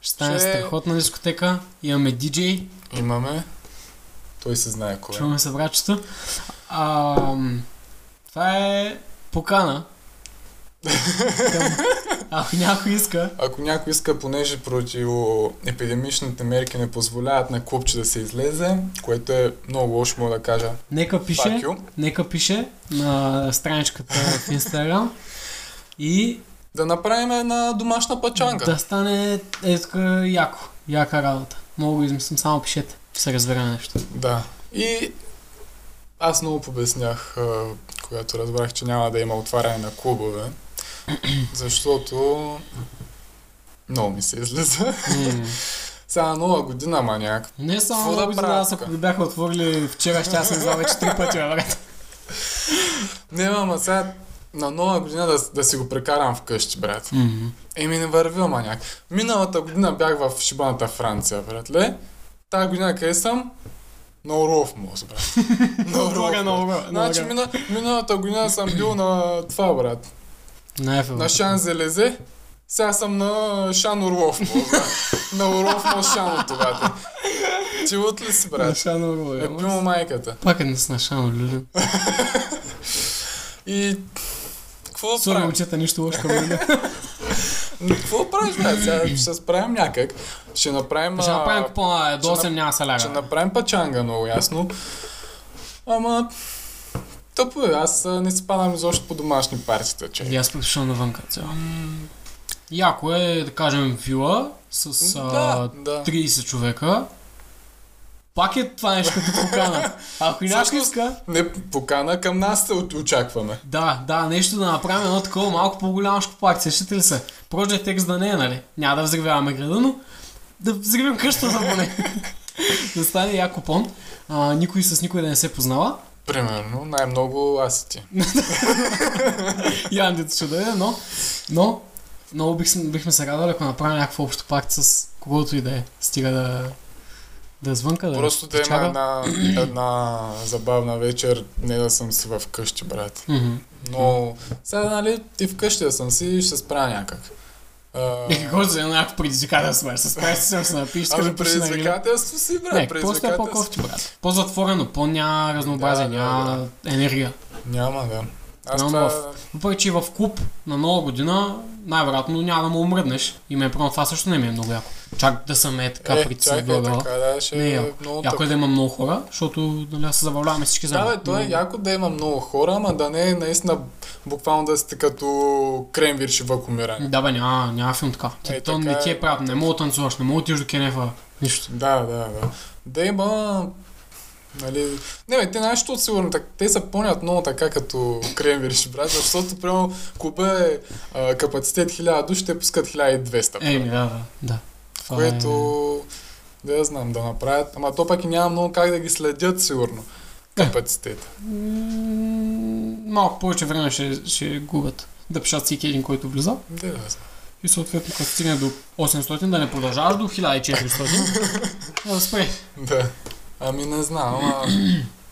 [SPEAKER 2] Ще стане
[SPEAKER 1] Ще-
[SPEAKER 2] страхотна дискотека. Имаме диджей.
[SPEAKER 1] Имаме. Той се знае кое. е.
[SPEAKER 2] Чуваме се врачета. А, м, това е покана. Към- Ако някой иска,
[SPEAKER 1] Ако някой иска, понеже противоепидемичните мерки не позволяват на клубче да се излезе, което е много лошо, мога да кажа.
[SPEAKER 2] нека пише,
[SPEAKER 1] Пакю.
[SPEAKER 2] нека пише на страничката в Инстаграм и
[SPEAKER 1] Да направим една домашна пачанка.
[SPEAKER 2] да стане е така яко, яка работа. Мога го измислим, само пишете, ще се разбере нещо.
[SPEAKER 1] да. И аз много побеснях, а, когато разбрах, че няма да има отваряне на клубове, защото много ми се излиза.
[SPEAKER 2] М,
[SPEAKER 1] Сега на нова година, маняк.
[SPEAKER 2] Не само
[SPEAKER 1] Какво да
[SPEAKER 2] много да
[SPEAKER 1] правя
[SPEAKER 2] аз ако
[SPEAKER 1] тука?
[SPEAKER 2] ги бяха отворили вчера, ще аз съм взял вече три пъти, бе, брат.
[SPEAKER 1] Не, ама сега на нова година да, да си го прекарам вкъщи, брат.
[SPEAKER 2] М,
[SPEAKER 1] Еми не вървя, маняк. Миналата година бях в шибаната Франция, братле. Та година къде съм? Много ров може, брат. Много ров.
[SPEAKER 2] Много,
[SPEAKER 1] брат.
[SPEAKER 2] много, много.
[SPEAKER 1] Значи мина, миналата година съм бил на това, брат.
[SPEAKER 2] На Ефел.
[SPEAKER 1] На Шан Зелезе. Сега съм на Шан Орлов. мога, брат. на Орлов на Шан от това. Ти от ли си,
[SPEAKER 2] На
[SPEAKER 1] брат?
[SPEAKER 2] Шан Орлов.
[SPEAKER 1] Е,
[SPEAKER 2] ама.
[SPEAKER 1] пил майката.
[SPEAKER 2] Пак е не с на Шан Орлов.
[SPEAKER 1] И... Какво да
[SPEAKER 2] Сори,
[SPEAKER 1] правим?
[SPEAKER 2] момчета, нищо лошо към мен.
[SPEAKER 1] М, Какво правиш, брат? Сега ще се справим някак. Ще направим...
[SPEAKER 2] Ще
[SPEAKER 1] а,
[SPEAKER 2] направим купона, е, до
[SPEAKER 1] ще
[SPEAKER 2] 8 няма се
[SPEAKER 1] Ще
[SPEAKER 2] ляга.
[SPEAKER 1] направим пачанга, много ясно. Ама... Тъпо е, аз а, не спадам изобщо по домашни партита, че.
[SPEAKER 2] И аз пък ще навънка цяло. Яко е, да кажем, вила с а,
[SPEAKER 1] Да, да.
[SPEAKER 2] 30 човека. Пак е това нещо като покана. Ако и някой
[SPEAKER 1] Всъщност-
[SPEAKER 2] иска,
[SPEAKER 1] Не покана, към нас се от- очакваме.
[SPEAKER 2] да, да, нещо да направим едно такова малко по-голямо шкопак. Сещате ли се? Project X да не е, нали? Няма да взривяваме града, но да взривим къщата поне. да стане яко пон. А, никой с никой да не се познава.
[SPEAKER 1] Примерно, най-много аз и ти.
[SPEAKER 2] И Андито ще дойде, но, но много бих, бихме се радвали, ако направим някакво общо пакт с когото и да е. Стига да, да е звънка, да
[SPEAKER 1] Просто да има една, една забавна вечер, не да съм си в къщи, брат.
[SPEAKER 2] Мгм.
[SPEAKER 1] Но сега, нали, ти вкъщи да съм си и ще справя някак. А,
[SPEAKER 2] И какво за едно някакво предизвикателство, бе? С прайс съм се напиш,
[SPEAKER 1] Ами
[SPEAKER 2] като
[SPEAKER 1] предизвикателство си, брат.
[SPEAKER 2] Не, просто е
[SPEAKER 1] предизвикателство.
[SPEAKER 2] по-кофти, брат. По-затворено, по-няма разнообразие,
[SPEAKER 1] Да, да,
[SPEAKER 2] няма енергия.
[SPEAKER 1] Няма, да. Аз
[SPEAKER 2] Няма
[SPEAKER 1] това...
[SPEAKER 2] Въпреки, че в клуб на нова година най-вероятно няма да му умръднеш. И мен прямо това също не ми е много яко. Чак да съм е така
[SPEAKER 1] Е,
[SPEAKER 2] притиснат
[SPEAKER 1] чакай,
[SPEAKER 2] до глава.
[SPEAKER 1] така, да, ще
[SPEAKER 2] Не,
[SPEAKER 1] е
[SPEAKER 2] яко.
[SPEAKER 1] много
[SPEAKER 2] Яко е да има много хора, защото нали, аз се забавляваме всички
[SPEAKER 1] Да,
[SPEAKER 2] заедно.
[SPEAKER 1] бе, то е
[SPEAKER 2] Но-
[SPEAKER 1] яко да има много хора, ама да не е наистина буквално да сте като кремвирши в акумиране.
[SPEAKER 2] Да бе, няма, няма филм така. Ти,
[SPEAKER 1] Е,
[SPEAKER 2] то
[SPEAKER 1] така
[SPEAKER 2] не ти
[SPEAKER 1] е.
[SPEAKER 2] е правят, не мога да танцуваш, не мога да отидеш до кенефа, нищо.
[SPEAKER 1] Да, да, да. Да има... Нали... Не, бе, те нашите от сигурно, так, те се понят много така като кремвирши, брат, защото прямо клуба е а, капацитет 1000 души, те пускат 1200. брат.
[SPEAKER 2] Еми, да, да, да. Това
[SPEAKER 1] Е,
[SPEAKER 2] е-
[SPEAKER 1] което... Да я знам, да направят. Ама то пък и няма много как да ги следят, сигурно.
[SPEAKER 2] Е.
[SPEAKER 1] Капацитета.
[SPEAKER 2] Е... М, Малко повече време ще, ще губят да пишат всеки един, който влиза.
[SPEAKER 1] Да, я знам.
[SPEAKER 2] И съответно, като стигне до 800, да не продължаваш до 1400. да спре.
[SPEAKER 1] Да. Ами не знам, ама...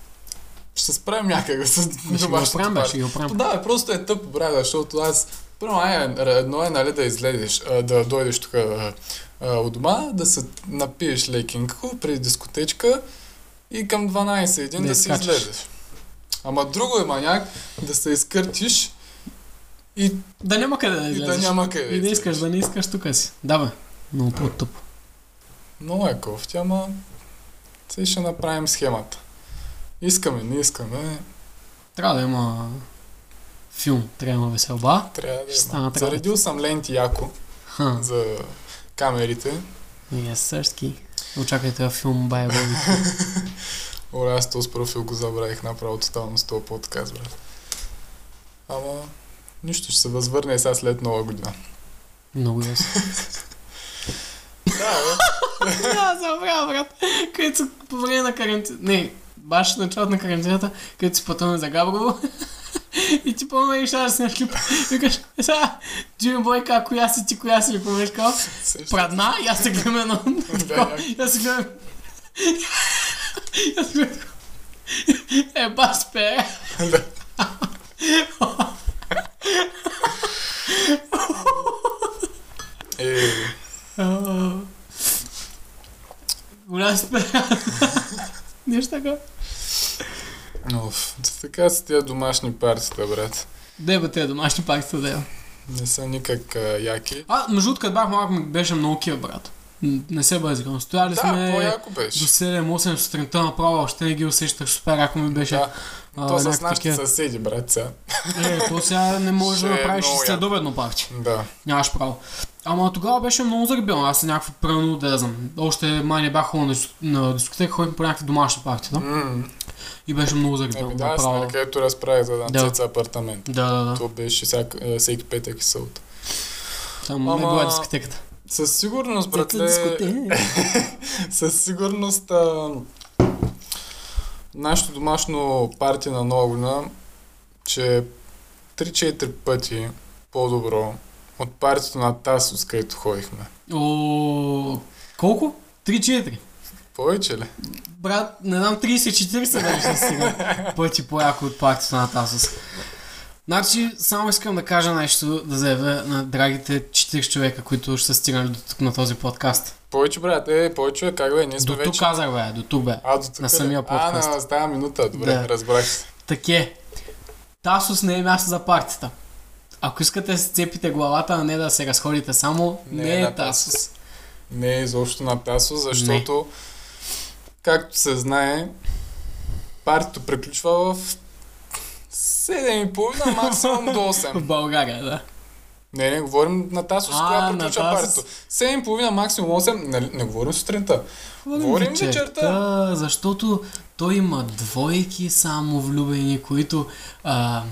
[SPEAKER 1] ще справим някак с
[SPEAKER 2] Ще го
[SPEAKER 1] домашното
[SPEAKER 2] оправим, бе, ще
[SPEAKER 1] парти.
[SPEAKER 2] ги
[SPEAKER 1] То
[SPEAKER 2] оправим.
[SPEAKER 1] Да, бе, просто е тъпо, брат, защото аз... Първо, ай, едно е, нали, да излезеш, а, да дойдеш тук а, а, от дома, да се напиеш лекинко при дискотечка и към 12 един
[SPEAKER 2] Да
[SPEAKER 1] да, си
[SPEAKER 2] изкачаш.
[SPEAKER 1] излезеш. Ама друго е, маняк, да се изкъртиш и,
[SPEAKER 2] Да няма къде да
[SPEAKER 1] и да
[SPEAKER 2] излезеш.
[SPEAKER 1] няма къде.
[SPEAKER 2] И да искаш,
[SPEAKER 1] излезеш.
[SPEAKER 2] да не искаш тук си. Да бе, много по-тъпо.
[SPEAKER 1] Много е кофти, ама сега ще направим схемата. Искаме, не искаме,
[SPEAKER 2] Трябва да има филм, трябва да има веселба.
[SPEAKER 1] трябва да
[SPEAKER 2] Ще
[SPEAKER 1] има.
[SPEAKER 2] стана така.
[SPEAKER 1] Заредил съм ленти яко
[SPEAKER 2] Ха.
[SPEAKER 1] за камерите.
[SPEAKER 2] Yes, сърски. Очаквайте филм Бая Боби.
[SPEAKER 1] Оле, аз този профил го забравих направо тотално с този подкаст, брат. Ама, нищо, ще се възвърне сега след нова година.
[SPEAKER 2] Много ясно.
[SPEAKER 1] Да,
[SPEAKER 2] Да, забравя, брат. Където са по време на карантина... Не, баш в началото на карантината, където си пътуваме за Габрово. и ти помня и ще си на клип. И кажеш, е, сега, Джимми Бойка, коя си ти, коя си ли помниш какво? Прадна, и аз се гледам едно.
[SPEAKER 1] да.
[SPEAKER 2] И аз се гледам... И аз се гледам... Е, баш пе.
[SPEAKER 1] Да. Е,
[SPEAKER 2] А, Голям спе. Нещо така.
[SPEAKER 1] но, така са тия домашни партита, брат.
[SPEAKER 2] Деба те домашни пак са да е.
[SPEAKER 1] Не са никак а, яки.
[SPEAKER 2] А, между другото, като бях малък, ми беше много кива, брат. М, Не се бъзгам. Стояли
[SPEAKER 1] Да,
[SPEAKER 2] Нали сме
[SPEAKER 1] по-яко
[SPEAKER 2] до
[SPEAKER 1] беше.
[SPEAKER 2] 7-8 сутринта направо, още не ги усещах супер, ако ми беше.
[SPEAKER 1] Да.
[SPEAKER 2] а,
[SPEAKER 1] То с
[SPEAKER 2] някакви
[SPEAKER 1] нашите
[SPEAKER 2] такива.
[SPEAKER 1] съседи, брат, сега.
[SPEAKER 2] Е, то сега не можеш да
[SPEAKER 1] Ще е
[SPEAKER 2] направиш
[SPEAKER 1] много яко.
[SPEAKER 2] следобедно парти.
[SPEAKER 1] Да.
[SPEAKER 2] Нямаш право. Ама тогава беше много заребено. Аз съм някакво прено, да я знам. Още май не бях ходил на дис- на дискотека, ходих по някакви домашни парти, да?
[SPEAKER 1] М.
[SPEAKER 2] И беше много заребено.
[SPEAKER 1] Еми да, аз
[SPEAKER 2] Е, направо.
[SPEAKER 1] нали, където разправя за една
[SPEAKER 2] Да.
[SPEAKER 1] цеца апартамент.
[SPEAKER 2] Да, да, да.
[SPEAKER 1] То беше всяк- е, всеки петък и сълт.
[SPEAKER 2] Там не
[SPEAKER 1] Ама- е-
[SPEAKER 2] била дискотеката.
[SPEAKER 1] Със сигурност,
[SPEAKER 2] Цецо
[SPEAKER 1] братле,
[SPEAKER 2] дискотека.
[SPEAKER 1] със сигурност а, нашето домашно парти на нова година, че е 3-4 пъти по-добро от партито на Тасос, където ходихме.
[SPEAKER 2] О, колко? 3-4.
[SPEAKER 1] Повече ли?
[SPEAKER 2] брат, не знам, 30-40 дали ще стигна пъти по-яко от пакто на Атасос. Значи, само искам да кажа нещо, да заявя на драгите 40 човека, които ще са стигнали до тук на този подкаст.
[SPEAKER 1] Повече, брат, е, повече, как бе, ние сме
[SPEAKER 2] До тук
[SPEAKER 1] вече...
[SPEAKER 2] казах, бе, до тук, бе.
[SPEAKER 1] А, до тук
[SPEAKER 2] на
[SPEAKER 1] ли?
[SPEAKER 2] самия
[SPEAKER 1] А, на
[SPEAKER 2] подкаст.
[SPEAKER 1] става минута, добре,
[SPEAKER 2] Да.
[SPEAKER 1] разбрах се.
[SPEAKER 2] Таке. е. Тасос не е място за партията. Ако искате да се цепите главата, а не да се разходите само,
[SPEAKER 1] Не
[SPEAKER 2] не,
[SPEAKER 1] е
[SPEAKER 2] е,
[SPEAKER 1] на Тасос.
[SPEAKER 2] Тасос.
[SPEAKER 1] Не е изобщо на Тасо, защото, както се знае, партито приключва в 7,5, максимум до 8.
[SPEAKER 2] В България, да.
[SPEAKER 1] Не, не говорим на Тасо, с
[SPEAKER 2] А,
[SPEAKER 1] коя
[SPEAKER 2] на
[SPEAKER 1] приключва
[SPEAKER 2] Тасос.
[SPEAKER 1] партито. 7,5, максимум 8, не, не говорим сутринта. Говорим вечерта.
[SPEAKER 2] Защото той има двойки само влюбени, които а,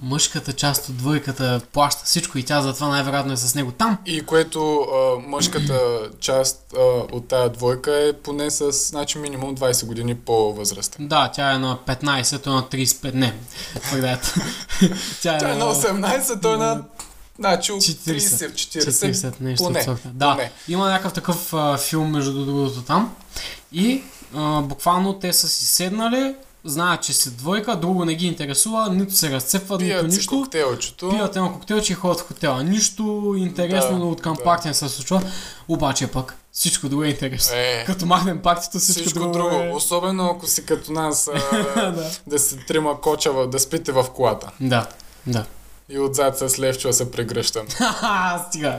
[SPEAKER 2] мъжката част от двойката плаща всичко и тя затова най-вероятно е с него там.
[SPEAKER 1] И което а, мъжката част а, от тая двойка е поне с значи, минимум 20 години по-възрастен.
[SPEAKER 2] Да, тя е на 15, той е на 35, не. Пък да е. тя е,
[SPEAKER 1] Той е на 18, той е на... Значи от
[SPEAKER 2] 40,
[SPEAKER 1] 30-40.
[SPEAKER 2] 40 нещо
[SPEAKER 1] поне,
[SPEAKER 2] от сорта. Да,
[SPEAKER 1] поне.
[SPEAKER 2] има някакъв такъв а, филм между другото там и а, буквално те са си седнали, знаят, че си двойка, друго не ги интересува, нито се разцепват, нито
[SPEAKER 1] Пият си
[SPEAKER 2] нищо.
[SPEAKER 1] коктейлчето.
[SPEAKER 2] Пият едно коктейлче и ходят в хотела. Нищо интересно
[SPEAKER 1] Да,
[SPEAKER 2] да, от към
[SPEAKER 1] да.
[SPEAKER 2] да. партия не се случва, обаче пък всичко друго е интересно.
[SPEAKER 1] Е,
[SPEAKER 2] Като махнем партията, всичко,
[SPEAKER 1] всичко друго.
[SPEAKER 2] Е...
[SPEAKER 1] Особено ако си като нас а,
[SPEAKER 2] да.
[SPEAKER 1] да се трима коча, в- да спите в колата.
[SPEAKER 2] да, да.
[SPEAKER 1] И отзад с левчо да се прегръщам.
[SPEAKER 2] Ха-ха, Стига.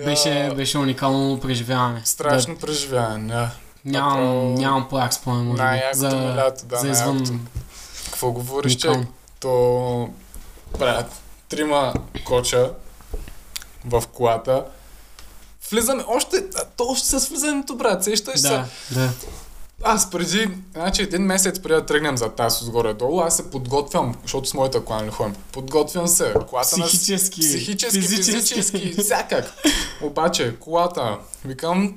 [SPEAKER 1] Я,
[SPEAKER 2] беше, беше уникално преживяване.
[SPEAKER 1] Страшно преживяване. да.
[SPEAKER 2] Да, нямам,
[SPEAKER 1] Направо-
[SPEAKER 2] нямам по-як спомен, може би.
[SPEAKER 1] Най-якото
[SPEAKER 2] За,
[SPEAKER 1] ми лято, да,
[SPEAKER 2] за извън
[SPEAKER 1] най-якото. Какво говориш, че?
[SPEAKER 2] Никон.
[SPEAKER 1] То, брат, трима коча в колата. Влизаме още, а, то още с влизането, брат, сещаш се.
[SPEAKER 2] Да, да.
[SPEAKER 1] Аз преди, значи един месец преди да тръгнем за Тасос горе-долу, аз се подготвям, защото с моята кола не ходим. Подготвям се, колата на
[SPEAKER 2] Психически,
[SPEAKER 1] психически, физически, всякак. Обаче, колата, викам,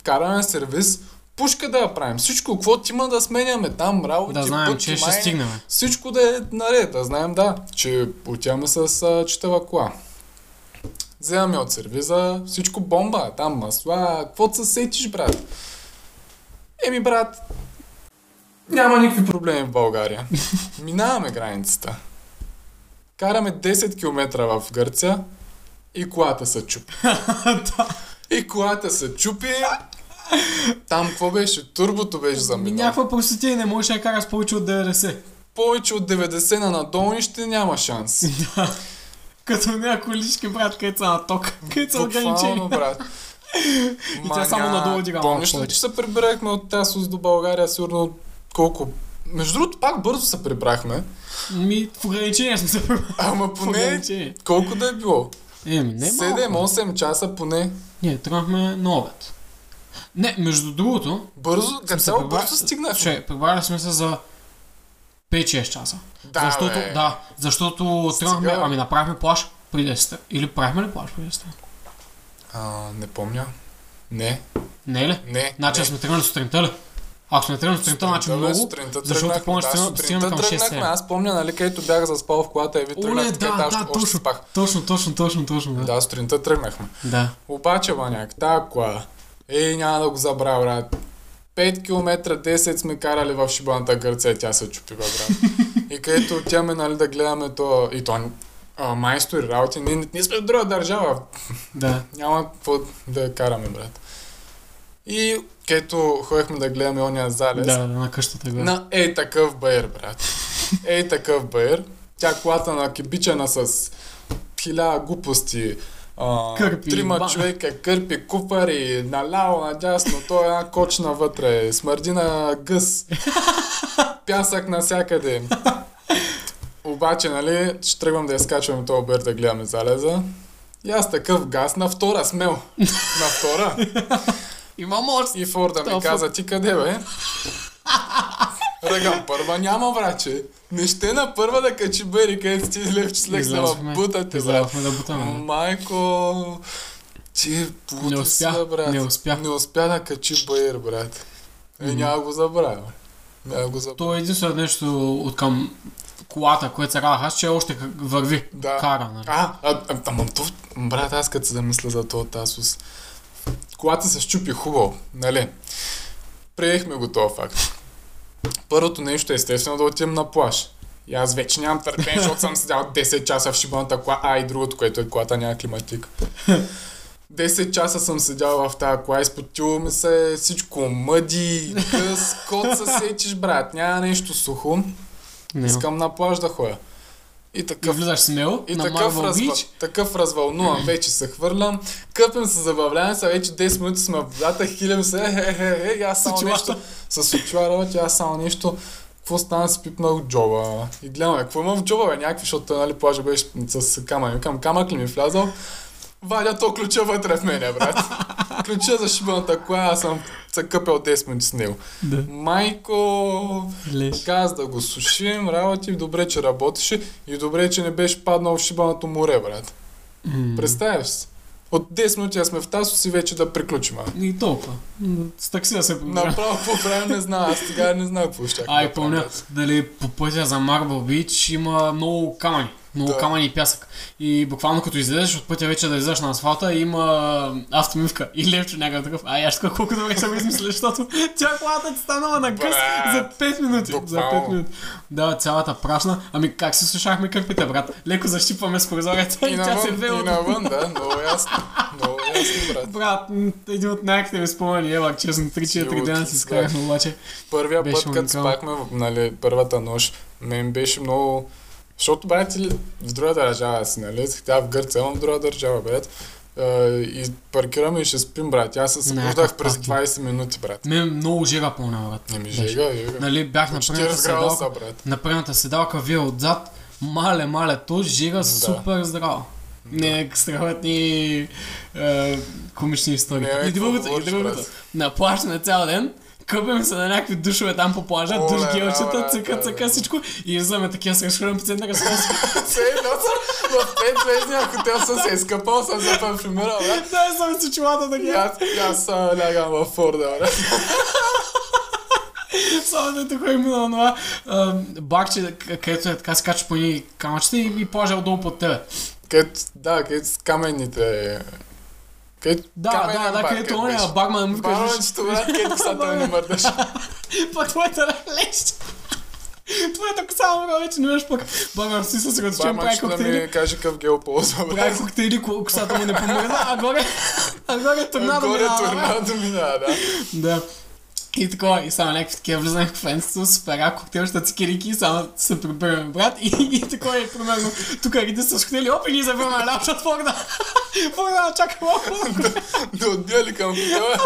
[SPEAKER 1] вкараме сервиз, пушка да я правим. Всичко, каквото има да сменяме там, работи,
[SPEAKER 2] Да, знаем,
[SPEAKER 1] пътки,
[SPEAKER 2] че ще
[SPEAKER 1] майни,
[SPEAKER 2] стигнем.
[SPEAKER 1] Всичко да е наред, да знаем, да, че отиваме с а, читава кола. Вземаме от сервиза, всичко бомба, там масла, каквото се сетиш, брат. Еми, брат, няма никакви проблеми в България. Минаваме границата. Караме 10 км в Гърция и колата се чупи. и колата се чупи. Там какво беше? Турбото беше
[SPEAKER 2] Ми,
[SPEAKER 1] заминало.
[SPEAKER 2] Ами някаква простотия и не можеш да караш повече от 90.
[SPEAKER 1] Повече от 90 на надолнище няма шанс.
[SPEAKER 2] Като някои колички, брат, където са на ток, където са ограничени.
[SPEAKER 1] Буквално, брат.
[SPEAKER 2] И тя само
[SPEAKER 1] Маня,
[SPEAKER 2] надолу дига
[SPEAKER 1] Помниш
[SPEAKER 2] малко
[SPEAKER 1] ли, че се прибирахме от Тасос до България, сигурно колко... Между другото, пак бързо се прибрахме.
[SPEAKER 2] Ми, в ограничение сме се
[SPEAKER 1] Ама
[SPEAKER 2] в
[SPEAKER 1] поне...
[SPEAKER 2] ограничение.
[SPEAKER 1] Колко да е било?
[SPEAKER 2] Еми, ами, не е малко.
[SPEAKER 1] 7-8 часа поне.
[SPEAKER 2] Ние тръгнахме на обед. Не, между другото,
[SPEAKER 1] Бързо, като
[SPEAKER 2] се
[SPEAKER 1] цяло
[SPEAKER 2] прибра-
[SPEAKER 1] бързо стигнахме.
[SPEAKER 2] че прибавили сме се за 5-6 часа.
[SPEAKER 1] Да,
[SPEAKER 2] защото,
[SPEAKER 1] бе.
[SPEAKER 2] да, защото
[SPEAKER 1] Сега.
[SPEAKER 2] тръгнахме, ами направихме плаш при 10. Или правихме ли плаш при 10?
[SPEAKER 1] А, не помня. Не,
[SPEAKER 2] Не е ли?
[SPEAKER 1] не.
[SPEAKER 2] Значи
[SPEAKER 1] не.
[SPEAKER 2] сме тръгнали сутринта ли? Ако сме тръгнали сутринта, значи
[SPEAKER 1] Да, бе,
[SPEAKER 2] много.
[SPEAKER 1] сутринта
[SPEAKER 2] защото
[SPEAKER 1] тръгнахме,
[SPEAKER 2] помниш,
[SPEAKER 1] да,
[SPEAKER 2] стигна-
[SPEAKER 1] сутринта
[SPEAKER 2] стигнахме към 6
[SPEAKER 1] тръгнахме. Аз помня, нали, където бях заспал в колата и ви
[SPEAKER 2] Оле,
[SPEAKER 1] тръгнахте,
[SPEAKER 2] да,
[SPEAKER 1] където аз
[SPEAKER 2] да,
[SPEAKER 1] още
[SPEAKER 2] точно.
[SPEAKER 1] спах.
[SPEAKER 2] Точно, точно, точно, точно, да.
[SPEAKER 1] Да, сутринта тръгнахме.
[SPEAKER 2] Да.
[SPEAKER 1] Обаче, маняк, тая кола. Ей, няма да го забравя, брат. 5 км 10 сме карали в шибаната Гърция, и тя се чупи, бе, брат. и където отиваме, нали, да гледаме то... И то а, майстор и работи. Ние, ние сме в друга държава.
[SPEAKER 2] Да.
[SPEAKER 1] Няма какво да я караме, брат. И където ходихме да гледаме ония залез,
[SPEAKER 2] Да, Е, да, на къщата гледа.
[SPEAKER 1] на ей такъв баер, брат. Ей такъв баер. Тя колата на кибичена с хиляда глупости. А,
[SPEAKER 2] Кърпи,
[SPEAKER 1] трима
[SPEAKER 2] ба-
[SPEAKER 1] човека, кърпи, куфари, наляво, надясно, той е една кочна вътре, смърди на гъс, пясък насякъде. Обаче, нали, ще тръгвам да изкачвам този бер да гледаме залеза. И аз такъв газ на втора смел. На втора.
[SPEAKER 2] Има мост.
[SPEAKER 1] И Форда ми
[SPEAKER 2] Тофу.
[SPEAKER 1] каза, ти къде бе? Ръгам, първа няма враче. Не ще на първа да качи бери, където ти лев слег се
[SPEAKER 2] Излязохме.
[SPEAKER 1] бутате, брат.
[SPEAKER 2] Излязохме да бутаме. да.
[SPEAKER 1] Майко, ти плута
[SPEAKER 2] Не успя,
[SPEAKER 1] си, бе, брат.
[SPEAKER 2] не успя.
[SPEAKER 1] Не успя да качи баер, брат. Е,
[SPEAKER 2] М.
[SPEAKER 1] няма го забравя. Няма го забравя.
[SPEAKER 2] То е единствено нещо от към колата, което се радах, аз че още как- върви.
[SPEAKER 1] Да.
[SPEAKER 2] Кара, нали?
[SPEAKER 1] А, а, а, ама то, брат, аз като се замисля за този Тасос. Колата се щупи хубаво, нали? приехме го този факт. Първото нещо е естествено да отидем на плаж. И аз вече нямам търпение, защото съм седял 10 часа в шибаната кола, а и другото, което е колата няма климатик. 10 часа съм седял в тази кола, изпотило ми се всичко, мъди, къс, кот се сечеш, брат, няма нещо сухо.
[SPEAKER 2] Не.
[SPEAKER 1] Искам на плаж да ходя. И
[SPEAKER 2] И
[SPEAKER 1] такъв
[SPEAKER 2] влизаш смело
[SPEAKER 1] и
[SPEAKER 2] на
[SPEAKER 1] такъв,
[SPEAKER 2] Marvel
[SPEAKER 1] разва...
[SPEAKER 2] Beach.
[SPEAKER 1] такъв развълнувам, вече се хвърлям, къпим се, забавлявам се, вече 10 минути сме в водата, хилям се, е, е, е, е, аз
[SPEAKER 2] С
[SPEAKER 1] само
[SPEAKER 2] очилата.
[SPEAKER 1] нещо, с очила работя, аз само нещо, какво стана, си пипнах джоба. И гледам, бе, какво има в джоба, бе, някакви, защото нали, плажа беше с камък. Викам, камък ли ми е влязъл? Валя то ключа вътре в мене, брат. ключа за шибаната кола, аз съм се къпел 10 минути с него.
[SPEAKER 2] Да.
[SPEAKER 1] Майко,
[SPEAKER 2] Леш.
[SPEAKER 1] газ да го сушим, работи, добре, че работеше и добре, че не беше паднал в шибаното море, брат.
[SPEAKER 2] М.
[SPEAKER 1] Представяш си? От 10 минути аз сме в Тасос и вече да приключим. а.
[SPEAKER 2] И толкова. М, С такси да се побежда.
[SPEAKER 1] Направо по време не знам, аз сега не знам какво ще
[SPEAKER 2] Ай, помня, дали нали, по пътя за Марбъл Бич има много камъни. Много
[SPEAKER 1] Да.
[SPEAKER 2] камъни и пясък. И буквално като излезеш от пътя вече да излезеш на асфалта, има автомивка. И левче някакъв такъв. Ай, аз тук колко добре съм измислил, защото тя колата ти станала на гъс за
[SPEAKER 1] Брат,
[SPEAKER 2] 5 минути. За
[SPEAKER 1] буквално.
[SPEAKER 2] 5 минути. Да, цялата прашна. Ами как се слушахме къмпите, брат? Леко защипваме с прозореца и,
[SPEAKER 1] И
[SPEAKER 2] тя се е
[SPEAKER 1] навън,
[SPEAKER 2] ве
[SPEAKER 1] и
[SPEAKER 2] от...
[SPEAKER 1] навън, да, много ясно. Много ясно, брат.
[SPEAKER 2] Брат, м, един от най-хите ми спомени, ева, честно, 3-4
[SPEAKER 1] Йо,
[SPEAKER 2] дена
[SPEAKER 1] ти
[SPEAKER 2] си
[SPEAKER 1] си
[SPEAKER 2] скарахме, обаче.
[SPEAKER 1] Първия
[SPEAKER 2] Беше
[SPEAKER 1] път, като
[SPEAKER 2] уникално.
[SPEAKER 1] спахме, нали, първата нощ, мен беше много... Защото, брат, ти в друга държава си, нали? Сега в Гърция, но в друга държава, брат. Е, И паркираме и ще спим, брат. Аз се събуждах
[SPEAKER 2] Някакъв
[SPEAKER 1] през
[SPEAKER 2] пати.
[SPEAKER 1] 20 минути, брат.
[SPEAKER 2] Мен много жега помня, брат.
[SPEAKER 1] Не ми
[SPEAKER 2] Беше.
[SPEAKER 1] жега, жега.
[SPEAKER 2] Нали, бях на предната
[SPEAKER 1] 40
[SPEAKER 2] седалка,
[SPEAKER 1] градуса, брат.
[SPEAKER 2] на предната седалка, вие отзад, мале, мале, то жига супер здраво. Не, страхотни е, комични истории.
[SPEAKER 1] Не, бе,
[SPEAKER 2] и
[SPEAKER 1] какво
[SPEAKER 2] другото, и
[SPEAKER 1] говориш,
[SPEAKER 2] другото.
[SPEAKER 1] брат?
[SPEAKER 2] На плаж сме цял ден, къпим се на някакви душове там по плажа,
[SPEAKER 1] Оле,
[SPEAKER 2] душ
[SPEAKER 1] да,
[SPEAKER 2] гелчета,
[SPEAKER 1] брат,
[SPEAKER 2] цъка,
[SPEAKER 1] да,
[SPEAKER 2] цъка,
[SPEAKER 1] да.
[SPEAKER 2] всичко и излизаме такива с разхвърлен пациент на
[SPEAKER 1] Все едно съм в 5 звездния хотел съм се изкъпал, съм се парфюмирал, брат.
[SPEAKER 2] Да, и съм с очилата
[SPEAKER 1] И
[SPEAKER 2] такива.
[SPEAKER 1] аз, и аз а, лягам във Форда, брат.
[SPEAKER 2] Само да тук е минало това а, бакче, к- където е така скача по едни камъчета и, и плажа отдолу под тебе.
[SPEAKER 1] Където, да, където с каменните... Където,
[SPEAKER 2] Да,
[SPEAKER 1] каменен
[SPEAKER 2] да, да,
[SPEAKER 1] бар,
[SPEAKER 2] където
[SPEAKER 1] където
[SPEAKER 2] он е
[SPEAKER 1] беше.
[SPEAKER 2] барман, му кажеш,
[SPEAKER 1] Барончето, брат, където косата не мърдаш.
[SPEAKER 2] пък твоята лещ. Твоята коса му вече не беше пък. Барман, си се сега, че прави
[SPEAKER 1] Барманчето да
[SPEAKER 2] коктейли.
[SPEAKER 1] ми каже какъв гел ползва,
[SPEAKER 2] Прави
[SPEAKER 1] брат.
[SPEAKER 2] коктейли, ко- косата му не помръзна, а горе, а горе торнадо
[SPEAKER 1] Горе
[SPEAKER 2] минава, бе.
[SPEAKER 1] торнадо минава, да.
[SPEAKER 2] Да. И такова, и само някакви такива влизаме в фенство, супер, ако коктейлща цикирики, само се прибираме, брат. И, и такова е примерно, тук риди с коктейли, оп, и ни забиваме ляпша от Форда. Форда, чакай малко.
[SPEAKER 1] Да отбия ли към хотела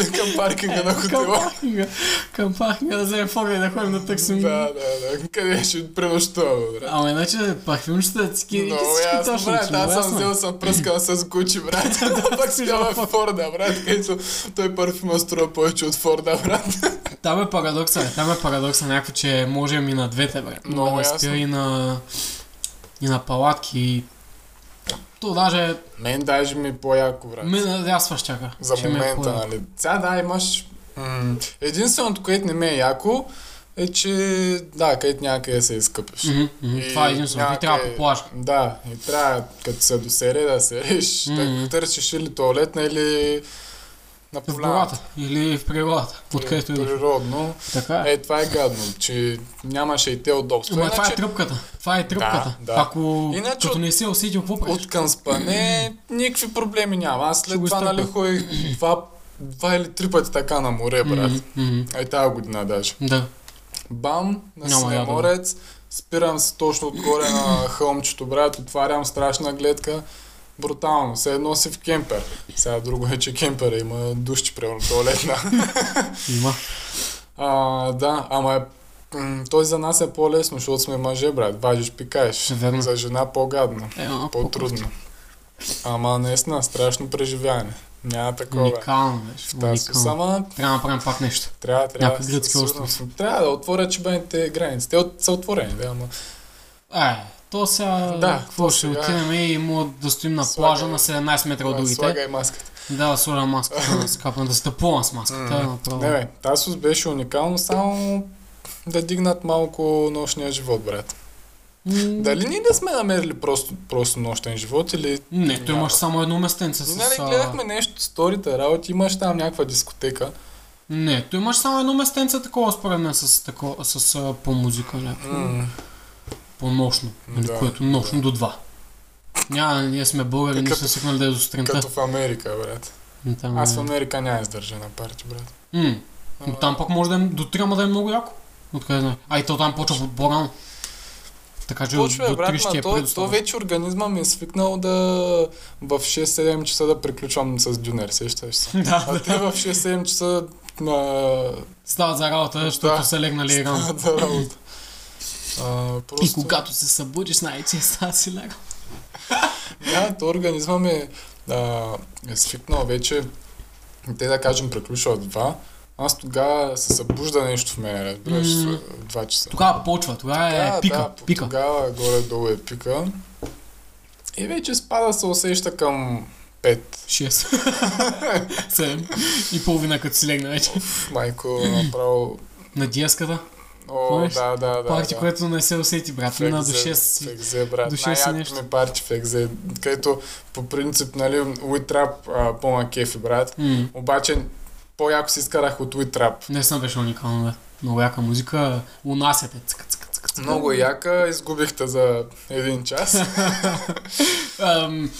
[SPEAKER 1] или към паркинга на
[SPEAKER 2] Към
[SPEAKER 1] хотела?
[SPEAKER 2] пахника. Към пахника да вземем Форда и да ходим на таксоми.
[SPEAKER 1] Да, да, да. Къде ще пренощуваме, брат?
[SPEAKER 2] Ама Ами, иначе парфюмчета, цики,
[SPEAKER 1] Много
[SPEAKER 2] всички
[SPEAKER 1] ясно,
[SPEAKER 2] точно.
[SPEAKER 1] брат,
[SPEAKER 2] много
[SPEAKER 1] аз съм
[SPEAKER 2] ясно.
[SPEAKER 1] взел съм пръскал с Гучи, брат. Да, пак си в Форда, брат, където той парфюма струва повече от Форда, брат.
[SPEAKER 2] Там е парадокса, бе, там е парадокса някакво, че можем и на двете, бре.
[SPEAKER 1] Много
[SPEAKER 2] Мога да
[SPEAKER 1] ясно.
[SPEAKER 2] спя и на, и на палатки. и- То даже
[SPEAKER 1] Мен даже ми е по-яко, брат.
[SPEAKER 2] ме надясваш чака.
[SPEAKER 1] За
[SPEAKER 2] Ще ме е
[SPEAKER 1] момента,
[SPEAKER 2] по-
[SPEAKER 1] нали. Сега да, имаш... м, Единственото, което не ме е яко, е, че да, където някъде се изкъпиш.
[SPEAKER 2] Мгм, мгм,
[SPEAKER 1] И
[SPEAKER 2] Това е единствено. Ти
[SPEAKER 1] някъде-
[SPEAKER 2] трябва по плажа.
[SPEAKER 1] Да, и трябва, като се досере, да сереш,
[SPEAKER 2] Мгм.
[SPEAKER 1] да търсиш или туалетна, или на
[SPEAKER 2] В
[SPEAKER 1] поляната.
[SPEAKER 2] гората или в природата, откъдето е.
[SPEAKER 1] Природно.
[SPEAKER 2] Така е.
[SPEAKER 1] Е, това е гадно, че нямаше и те удобства.
[SPEAKER 2] Ама това е
[SPEAKER 1] Иначе,
[SPEAKER 2] тръпката. Това е тръпката.
[SPEAKER 1] да.
[SPEAKER 2] Ако
[SPEAKER 1] Иначе
[SPEAKER 2] като
[SPEAKER 1] от-
[SPEAKER 2] не си усетил, какво правиш?
[SPEAKER 1] от към спане никакви проблеми няма. Аз
[SPEAKER 2] Ще
[SPEAKER 1] след
[SPEAKER 2] го
[SPEAKER 1] това, нали,
[SPEAKER 2] изтърпя.
[SPEAKER 1] ходих два, два или три пъти така на море, брат.
[SPEAKER 2] Мгм, мгм.
[SPEAKER 1] Ей, тази година даже.
[SPEAKER 2] Да.
[SPEAKER 1] Бам, на
[SPEAKER 2] Няма
[SPEAKER 1] Синеморец, спирам се точно отгоре на хълмчето, брат, отварям страшна гледка. Брутално, се едно си в кемпер. Сега друго е, че кемпера има душче, примерно туалетна.
[SPEAKER 2] Има.
[SPEAKER 1] А, да, ама е, м, той за нас е по-лесно, защото сме мъже, брат. Важиш, пикаеш.
[SPEAKER 2] Верно.
[SPEAKER 1] За жена по-гадно,
[SPEAKER 2] Е, малко
[SPEAKER 1] по-трудно. Ама наистина, страшно преживяване. Няма такова. бе.
[SPEAKER 2] Уникално беше.
[SPEAKER 1] В тази
[SPEAKER 2] Уникално.
[SPEAKER 1] сама
[SPEAKER 2] Трябва да направим пак нещо.
[SPEAKER 1] трябва, трябва.
[SPEAKER 2] Някакви
[SPEAKER 1] със
[SPEAKER 2] гръцки
[SPEAKER 1] сигурност. Трябва да отворят чебените граници. Те от, са отворени, да, ама.
[SPEAKER 2] Е, то сега...
[SPEAKER 1] Да,
[SPEAKER 2] какво
[SPEAKER 1] то
[SPEAKER 2] ще
[SPEAKER 1] сега-
[SPEAKER 2] отидем и мога да стоим на
[SPEAKER 1] Слагай-
[SPEAKER 2] плажа на 17 метра от другите.
[SPEAKER 1] Слагай маската.
[SPEAKER 2] Да, сложа маската да скапам, да стъпувам с маската.
[SPEAKER 1] М.
[SPEAKER 2] направо.
[SPEAKER 1] Не, бе, Тасос беше уникално, само да дигнат малко нощния живот, брат.
[SPEAKER 2] М,
[SPEAKER 1] Дали ние не сме намерили просто, просто нощен живот или...
[SPEAKER 2] Не, той
[SPEAKER 1] Няма.
[SPEAKER 2] имаш само едно местенце с...
[SPEAKER 1] Нали,
[SPEAKER 2] а,
[SPEAKER 1] гледахме нещо, сторите, работи, имаш там някаква дискотека.
[SPEAKER 2] Не, то имаш само едно местенце такова според мен с, тако, с а, по-музика някакво.
[SPEAKER 1] М,
[SPEAKER 2] По-нощно. Нали,
[SPEAKER 1] Да,
[SPEAKER 2] което нощно до 2. Няма, ние сме българи, ние
[SPEAKER 1] Като-
[SPEAKER 2] сме свикнали да е до сутринта.
[SPEAKER 1] Като в Америка, брат.
[SPEAKER 2] М, Там,
[SPEAKER 1] Аз в
[SPEAKER 2] е...
[SPEAKER 1] Америка няма издържа на парти, брат.
[SPEAKER 2] М,
[SPEAKER 1] А,
[SPEAKER 2] но там пък може да е до 3, ама да е много яко. Откъде знае. А и то там почва по- по-рано. Така че
[SPEAKER 1] Почва,
[SPEAKER 2] до
[SPEAKER 1] е,
[SPEAKER 2] 3
[SPEAKER 1] брат,
[SPEAKER 2] ще
[SPEAKER 1] ма
[SPEAKER 2] е
[SPEAKER 1] то, то
[SPEAKER 2] предоставен.
[SPEAKER 1] вече организма ми е свикнал да в 6-7 часа да приключвам с дюнер, сещаш се.
[SPEAKER 2] Да,
[SPEAKER 1] А те в 6-7 часа на...
[SPEAKER 2] стават за работа, защото
[SPEAKER 1] Да.
[SPEAKER 2] са легнали рано.
[SPEAKER 1] стават за работа. А, просто...
[SPEAKER 2] И когато се събудиш, знай, че са си лягал.
[SPEAKER 1] Да, то организма ми е, а, е свикнал вече, те да кажем, приключва от 2. Аз тогава се събужда нещо в мен, разбираш,
[SPEAKER 2] М.
[SPEAKER 1] mm. 2 часа.
[SPEAKER 2] Тогава почва, тогава е
[SPEAKER 1] Да,
[SPEAKER 2] пика,
[SPEAKER 1] да, по-
[SPEAKER 2] пика.
[SPEAKER 1] Тогава горе-долу е пика. И вече спада се усеща към 5.
[SPEAKER 2] 6. 7. И половина като си легна вече.
[SPEAKER 1] Майко, направо...
[SPEAKER 2] На диаската.
[SPEAKER 1] О,
[SPEAKER 2] Помниш?
[SPEAKER 1] да, да, да.
[SPEAKER 2] Парти,
[SPEAKER 1] да.
[SPEAKER 2] което не се усети, брат.
[SPEAKER 1] Фекзе,
[SPEAKER 2] Мина до 6.
[SPEAKER 1] Фекзе, брат.
[SPEAKER 2] до шест и нещо.
[SPEAKER 1] Най-якото ми парти фекзе, където по принцип, нали, Уитрап по-ма кефи, брат.
[SPEAKER 2] М,
[SPEAKER 1] Обаче по-яко си изкарах от Уитрап.
[SPEAKER 2] Не съм беше уникално, да. Много яка музика. Унасяте. Цъка, цъка, цъка, цъка.
[SPEAKER 1] Много яка, изгубихте за един час.
[SPEAKER 2] Ам,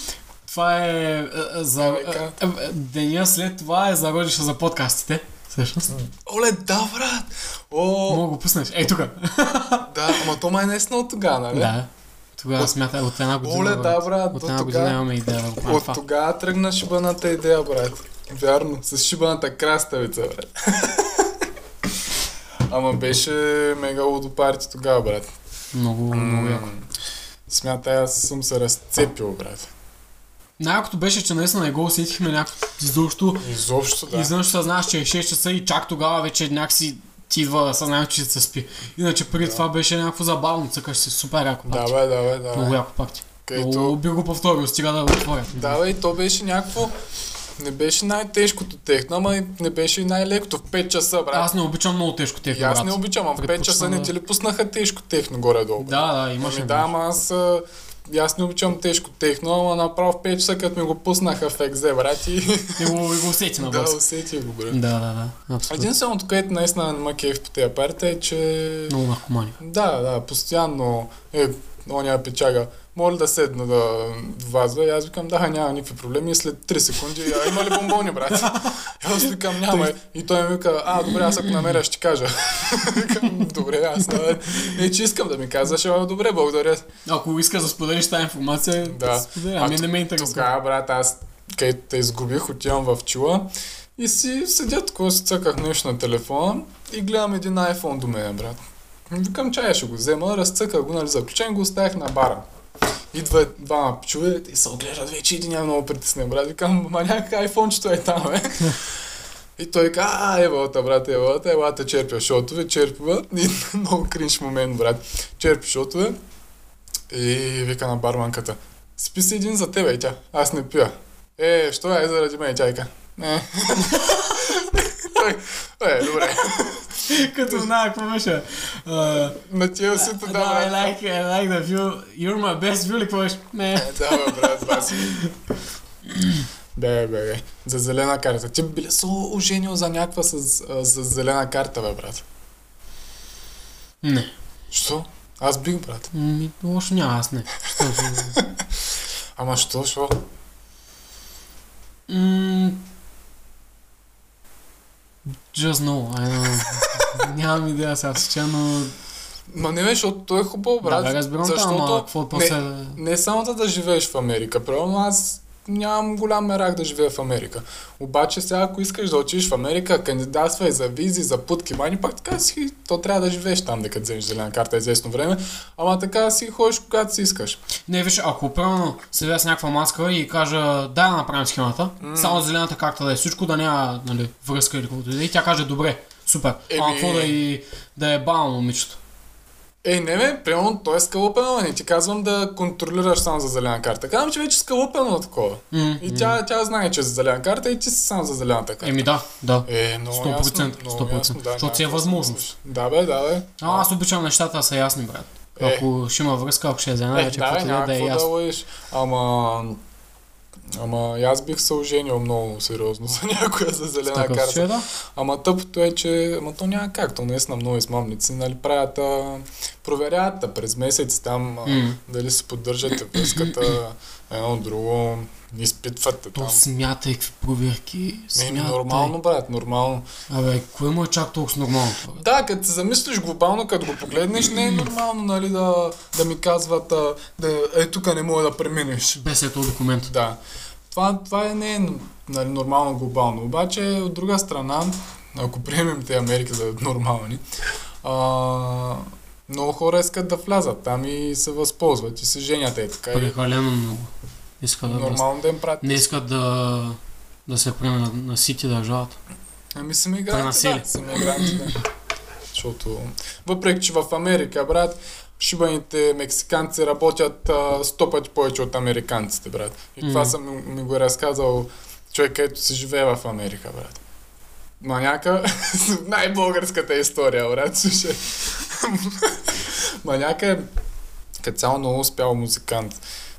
[SPEAKER 2] това е а, а, за... а, а, а, Деня след това е зародиша за подкастите. Всъщност.
[SPEAKER 1] Оле, да, брат! О,
[SPEAKER 2] Мога го пуснеш. Ей, тук.
[SPEAKER 1] да, ама то май не е снал от тогава, нали?
[SPEAKER 2] Да. Тогава смятай от една година.
[SPEAKER 1] Оле,
[SPEAKER 2] брат.
[SPEAKER 1] да, брат,
[SPEAKER 2] От
[SPEAKER 1] до
[SPEAKER 2] една година
[SPEAKER 1] тогава.
[SPEAKER 2] имаме идея да го правим
[SPEAKER 1] От
[SPEAKER 2] това.
[SPEAKER 1] тогава тръгна шибаната идея, брат. Вярно, с шибаната краставица, брат. Ама беше мега лудо парти тогава, брат.
[SPEAKER 2] Много, много яко.
[SPEAKER 1] М, Смятай, аз съм се разцепил, брат.
[SPEAKER 2] Най-якото беше, че наистина не го усетихме някакво изобщо.
[SPEAKER 1] Изобщо,
[SPEAKER 2] Да.
[SPEAKER 1] да.
[SPEAKER 2] Изведнъж се знаеш, че е 6 часа и чак тогава вече някакси ти идва съзнанието, че се спи. Иначе преди
[SPEAKER 1] Да.
[SPEAKER 2] това беше някакво забавно, цъкаш се супер яко
[SPEAKER 1] Да,
[SPEAKER 2] пакти.
[SPEAKER 1] бе, да, бе, да.
[SPEAKER 2] Много
[SPEAKER 1] бе.
[SPEAKER 2] яко пакти.
[SPEAKER 1] Където
[SPEAKER 2] Много би го повторил, стига да го отворя.
[SPEAKER 1] Да, бе, и то беше някакво... Не беше най-тежкото техно, ама и не беше и най-лекото. В 5 часа, брат.
[SPEAKER 2] Аз не обичам много тежко
[SPEAKER 1] И
[SPEAKER 2] техно,
[SPEAKER 1] аз
[SPEAKER 2] брат.
[SPEAKER 1] не обичам, а в 5 часа не
[SPEAKER 2] Предпочитам
[SPEAKER 1] ти
[SPEAKER 2] да-
[SPEAKER 1] ли пуснаха тежко техно горе-долу? брат?
[SPEAKER 2] Да, да, имаше.
[SPEAKER 1] Ами да, ама аз... а, и Аз не обичам тежко техно, ама направо в 5 часа, като ми го пуснаха в екзе, брат, и...
[SPEAKER 2] И го, и го усети на
[SPEAKER 1] да,
[SPEAKER 2] бас.
[SPEAKER 1] усети го, брат.
[SPEAKER 2] Да, да, да. Абсолютно.
[SPEAKER 1] Единственото, което наистина не ма кеф по тези парите е, че...
[SPEAKER 2] Много наркомани.
[SPEAKER 1] Да, да, постоянно е, оня печага. Моля да седна да вазва. И аз викам, да, няма никакви проблеми. И след 3 секунди, а има ли бомбони, брат? И аз викам, няма. И той ми вика, а, добре, аз ако намеря, ще ти кажа. викам, добре, аз не, не че искам да ми казваш, а добре, благодаря.
[SPEAKER 2] Ако искаш да споделиш тази информация,
[SPEAKER 1] Да.
[SPEAKER 2] споделя.
[SPEAKER 1] А
[SPEAKER 2] Ами не ме интересува.
[SPEAKER 1] Тогава, брат, аз където те изгубих, отивам в чула и си седя такова, си цъках нещо на телефона и гледам един iPhone до мен, брат. Викам, чая ще го взема, разцъках го, нали, заключен го оставих на бара. Идва двама пичове и се оглеждат вече един е много притеснен, брат. Викам, ма някакъв iPhone-чето е там, е. И той ка, а, евалата, брат, евалата, евалата черпя шотове, черпва. И много кринж момент, брат. Черпи шотове и вика на барманката, спи си един за тебе и тя, аз не пия. Е, що е заради мен и тя и ка. Не. Той, е, добре.
[SPEAKER 2] Като знае какво беше. А,
[SPEAKER 1] На тия си да,
[SPEAKER 2] Да, I
[SPEAKER 1] брат.
[SPEAKER 2] like, I like the view. You're my best view, ли какво беше? Не.
[SPEAKER 1] Е, Да, бе, брат, баси. Бе, бе, бе. За зелена карта. Ти би ли се оженил за някаква с, а, за зелена карта, бе, брат?
[SPEAKER 2] Не.
[SPEAKER 1] Що? Аз бих, брат.
[SPEAKER 2] Ми, лошо няма, аз не. Що да-
[SPEAKER 1] Ама що, що?
[SPEAKER 2] М, Just no, I don't know. Нямам идея сега сега, но...
[SPEAKER 1] Ма не бе, защото той е хубаво, брат.
[SPEAKER 2] Да, бе, разбирам това,
[SPEAKER 1] защото
[SPEAKER 2] ама какво е после... да-
[SPEAKER 1] не само да, да живееш в Америка, правилно аз нямам голям мерак да живея в Америка. Обаче сега, ако искаш да отидеш в Америка, кандидатствай за визи, за путки, мани, пак така си, то трябва да живееш там, докато вземеш зелена карта известно време, ама така си ходиш, когато си искаш.
[SPEAKER 2] Не, виж, ако примерно се видя с някаква маска и кажа да да направим схемата, само зелената карта да е всичко, да няма нали, връзка или каквото и да е, и тя каже добре, супер. А
[SPEAKER 1] Еми-
[SPEAKER 2] какво да, и, да е бавно момичето?
[SPEAKER 1] Ей, не бе, примерно, той е скалъпено, не ти казвам да контролираш само за зелена карта. Казвам, че вече е скалъпено такова.
[SPEAKER 2] М,
[SPEAKER 1] И тя, тя знае, че е за зелена карта и ти си само за зелената карта.
[SPEAKER 2] Еми да, да.
[SPEAKER 1] Е, много
[SPEAKER 2] 100%,
[SPEAKER 1] ясно, много
[SPEAKER 2] 100%,
[SPEAKER 1] ясно, да,
[SPEAKER 2] защото си е
[SPEAKER 1] някакво
[SPEAKER 2] възможност.
[SPEAKER 1] Да, бе, да, бе.
[SPEAKER 2] А, аз обичам нещата да са ясни, брат.
[SPEAKER 1] Е.
[SPEAKER 2] Ако ще има връзка, ако ще е за една
[SPEAKER 1] Е,
[SPEAKER 2] вече,
[SPEAKER 1] да,
[SPEAKER 2] каквото
[SPEAKER 1] е,
[SPEAKER 2] да е, да е
[SPEAKER 1] някакво да
[SPEAKER 2] ясно.
[SPEAKER 1] лъжиш. Ама... Ама и аз бих се оженил много сериозно за някоя за
[SPEAKER 2] В
[SPEAKER 1] зелена
[SPEAKER 2] такъв
[SPEAKER 1] карта.
[SPEAKER 2] случай, да.
[SPEAKER 1] Ама тъпото е, че ама то няма как, то наистина много измамници, нали, правят, а, проверяват а, през месец там, а,
[SPEAKER 2] М.
[SPEAKER 1] дали се поддържате връзката, едно друго, изпитвате
[SPEAKER 2] То
[SPEAKER 1] там.
[SPEAKER 2] смятай какви проверки.
[SPEAKER 1] Ми,
[SPEAKER 2] Смятай.
[SPEAKER 1] нормално, брат, нормално.
[SPEAKER 2] Абе, кое му е чак толкова с нормално това? бе?
[SPEAKER 1] Да, като се замислиш глобално, като го погледнеш, не е нормално, нали, да, да ми казват, а, да, е, тук не мога да преминеш.
[SPEAKER 2] Без ето документ.
[SPEAKER 1] Да. Това, това е не е нали, нормално глобално. Обаче, от друга страна, ако приемем те Америка за нормални, а, много хора искат да влязат там и се възползват и се женят е така. И
[SPEAKER 2] Прекалено много. Иска да връст-
[SPEAKER 1] нормално да им пратят.
[SPEAKER 2] Не искат да, да се приеме на, на сити е държавата.
[SPEAKER 1] Ами са мигранти,
[SPEAKER 2] Пренасили.
[SPEAKER 1] да, са мигранти, да. Защото, въпреки че в Америка, брат, шибаните мексиканци работят а, сто пъти повече от американците, брат. И това
[SPEAKER 2] Мгм.
[SPEAKER 1] съм ми, ми го е разказал човек, който си живее в Америка, брат. Маняка, най-българската история, брат, слушай. Маняка е като цяло много успял музикант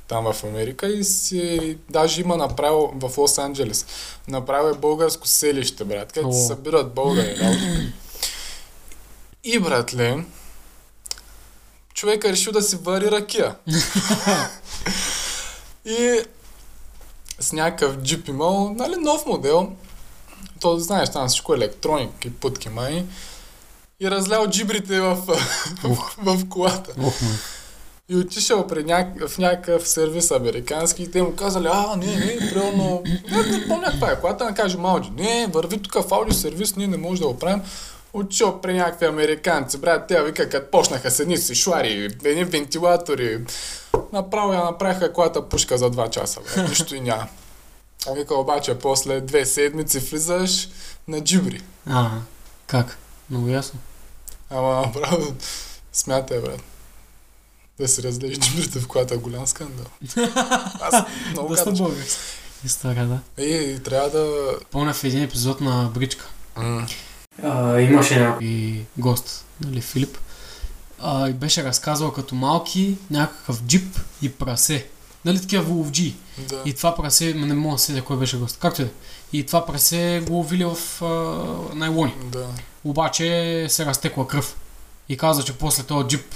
[SPEAKER 1] там в Америка и си, даже има направил в Лос-Анджелес. Направил е българско селище, брат, където се
[SPEAKER 2] О.
[SPEAKER 1] събират българи. работи. И, братле, човек е решил да си вари ракия. и с някакъв джип имал, нали, нов модел. То, знаеш, там всичко е електроник и путки май. И разлял джибрите в, в, в колата.
[SPEAKER 2] Ох, ме.
[SPEAKER 1] И отишъл при няк... в някакъв сервис американски и те му казали, а, не, не, примерно, не, не помня каква е колата, не каже Малджи, не, върви тук в аудио сервис, ние не можем да го правим. Отишъл при някакви американци, брат, тя вика, като почнаха с едни си шуари, едни вентилатори, направо я направиха колата пушка за 2 часа, брат, нищо и няма. А Вика обаче, после две седмици влизаш на джибри.
[SPEAKER 2] А, как? Много ясно.
[SPEAKER 1] Ама, направо, смятай, брат. Да се разлежи джимрите в колата, голям скандал. Аз много да гадаш.
[SPEAKER 2] български. История, да.
[SPEAKER 1] И, и трябва да...
[SPEAKER 2] Помня в един епизод на Бричка.
[SPEAKER 1] М,
[SPEAKER 2] А, имаше някой гост, нали, Филип. А, и беше разказал като малки някакъв джип и прасе. Нали такива вуловджи.
[SPEAKER 1] да.
[SPEAKER 2] И това прасе, м, не мога да се седя кой беше гост. Както и да. е. И това прасе го ловили в а, найлони.
[SPEAKER 1] Да.
[SPEAKER 2] Обаче се разтекла кръв. И каза, че после този джип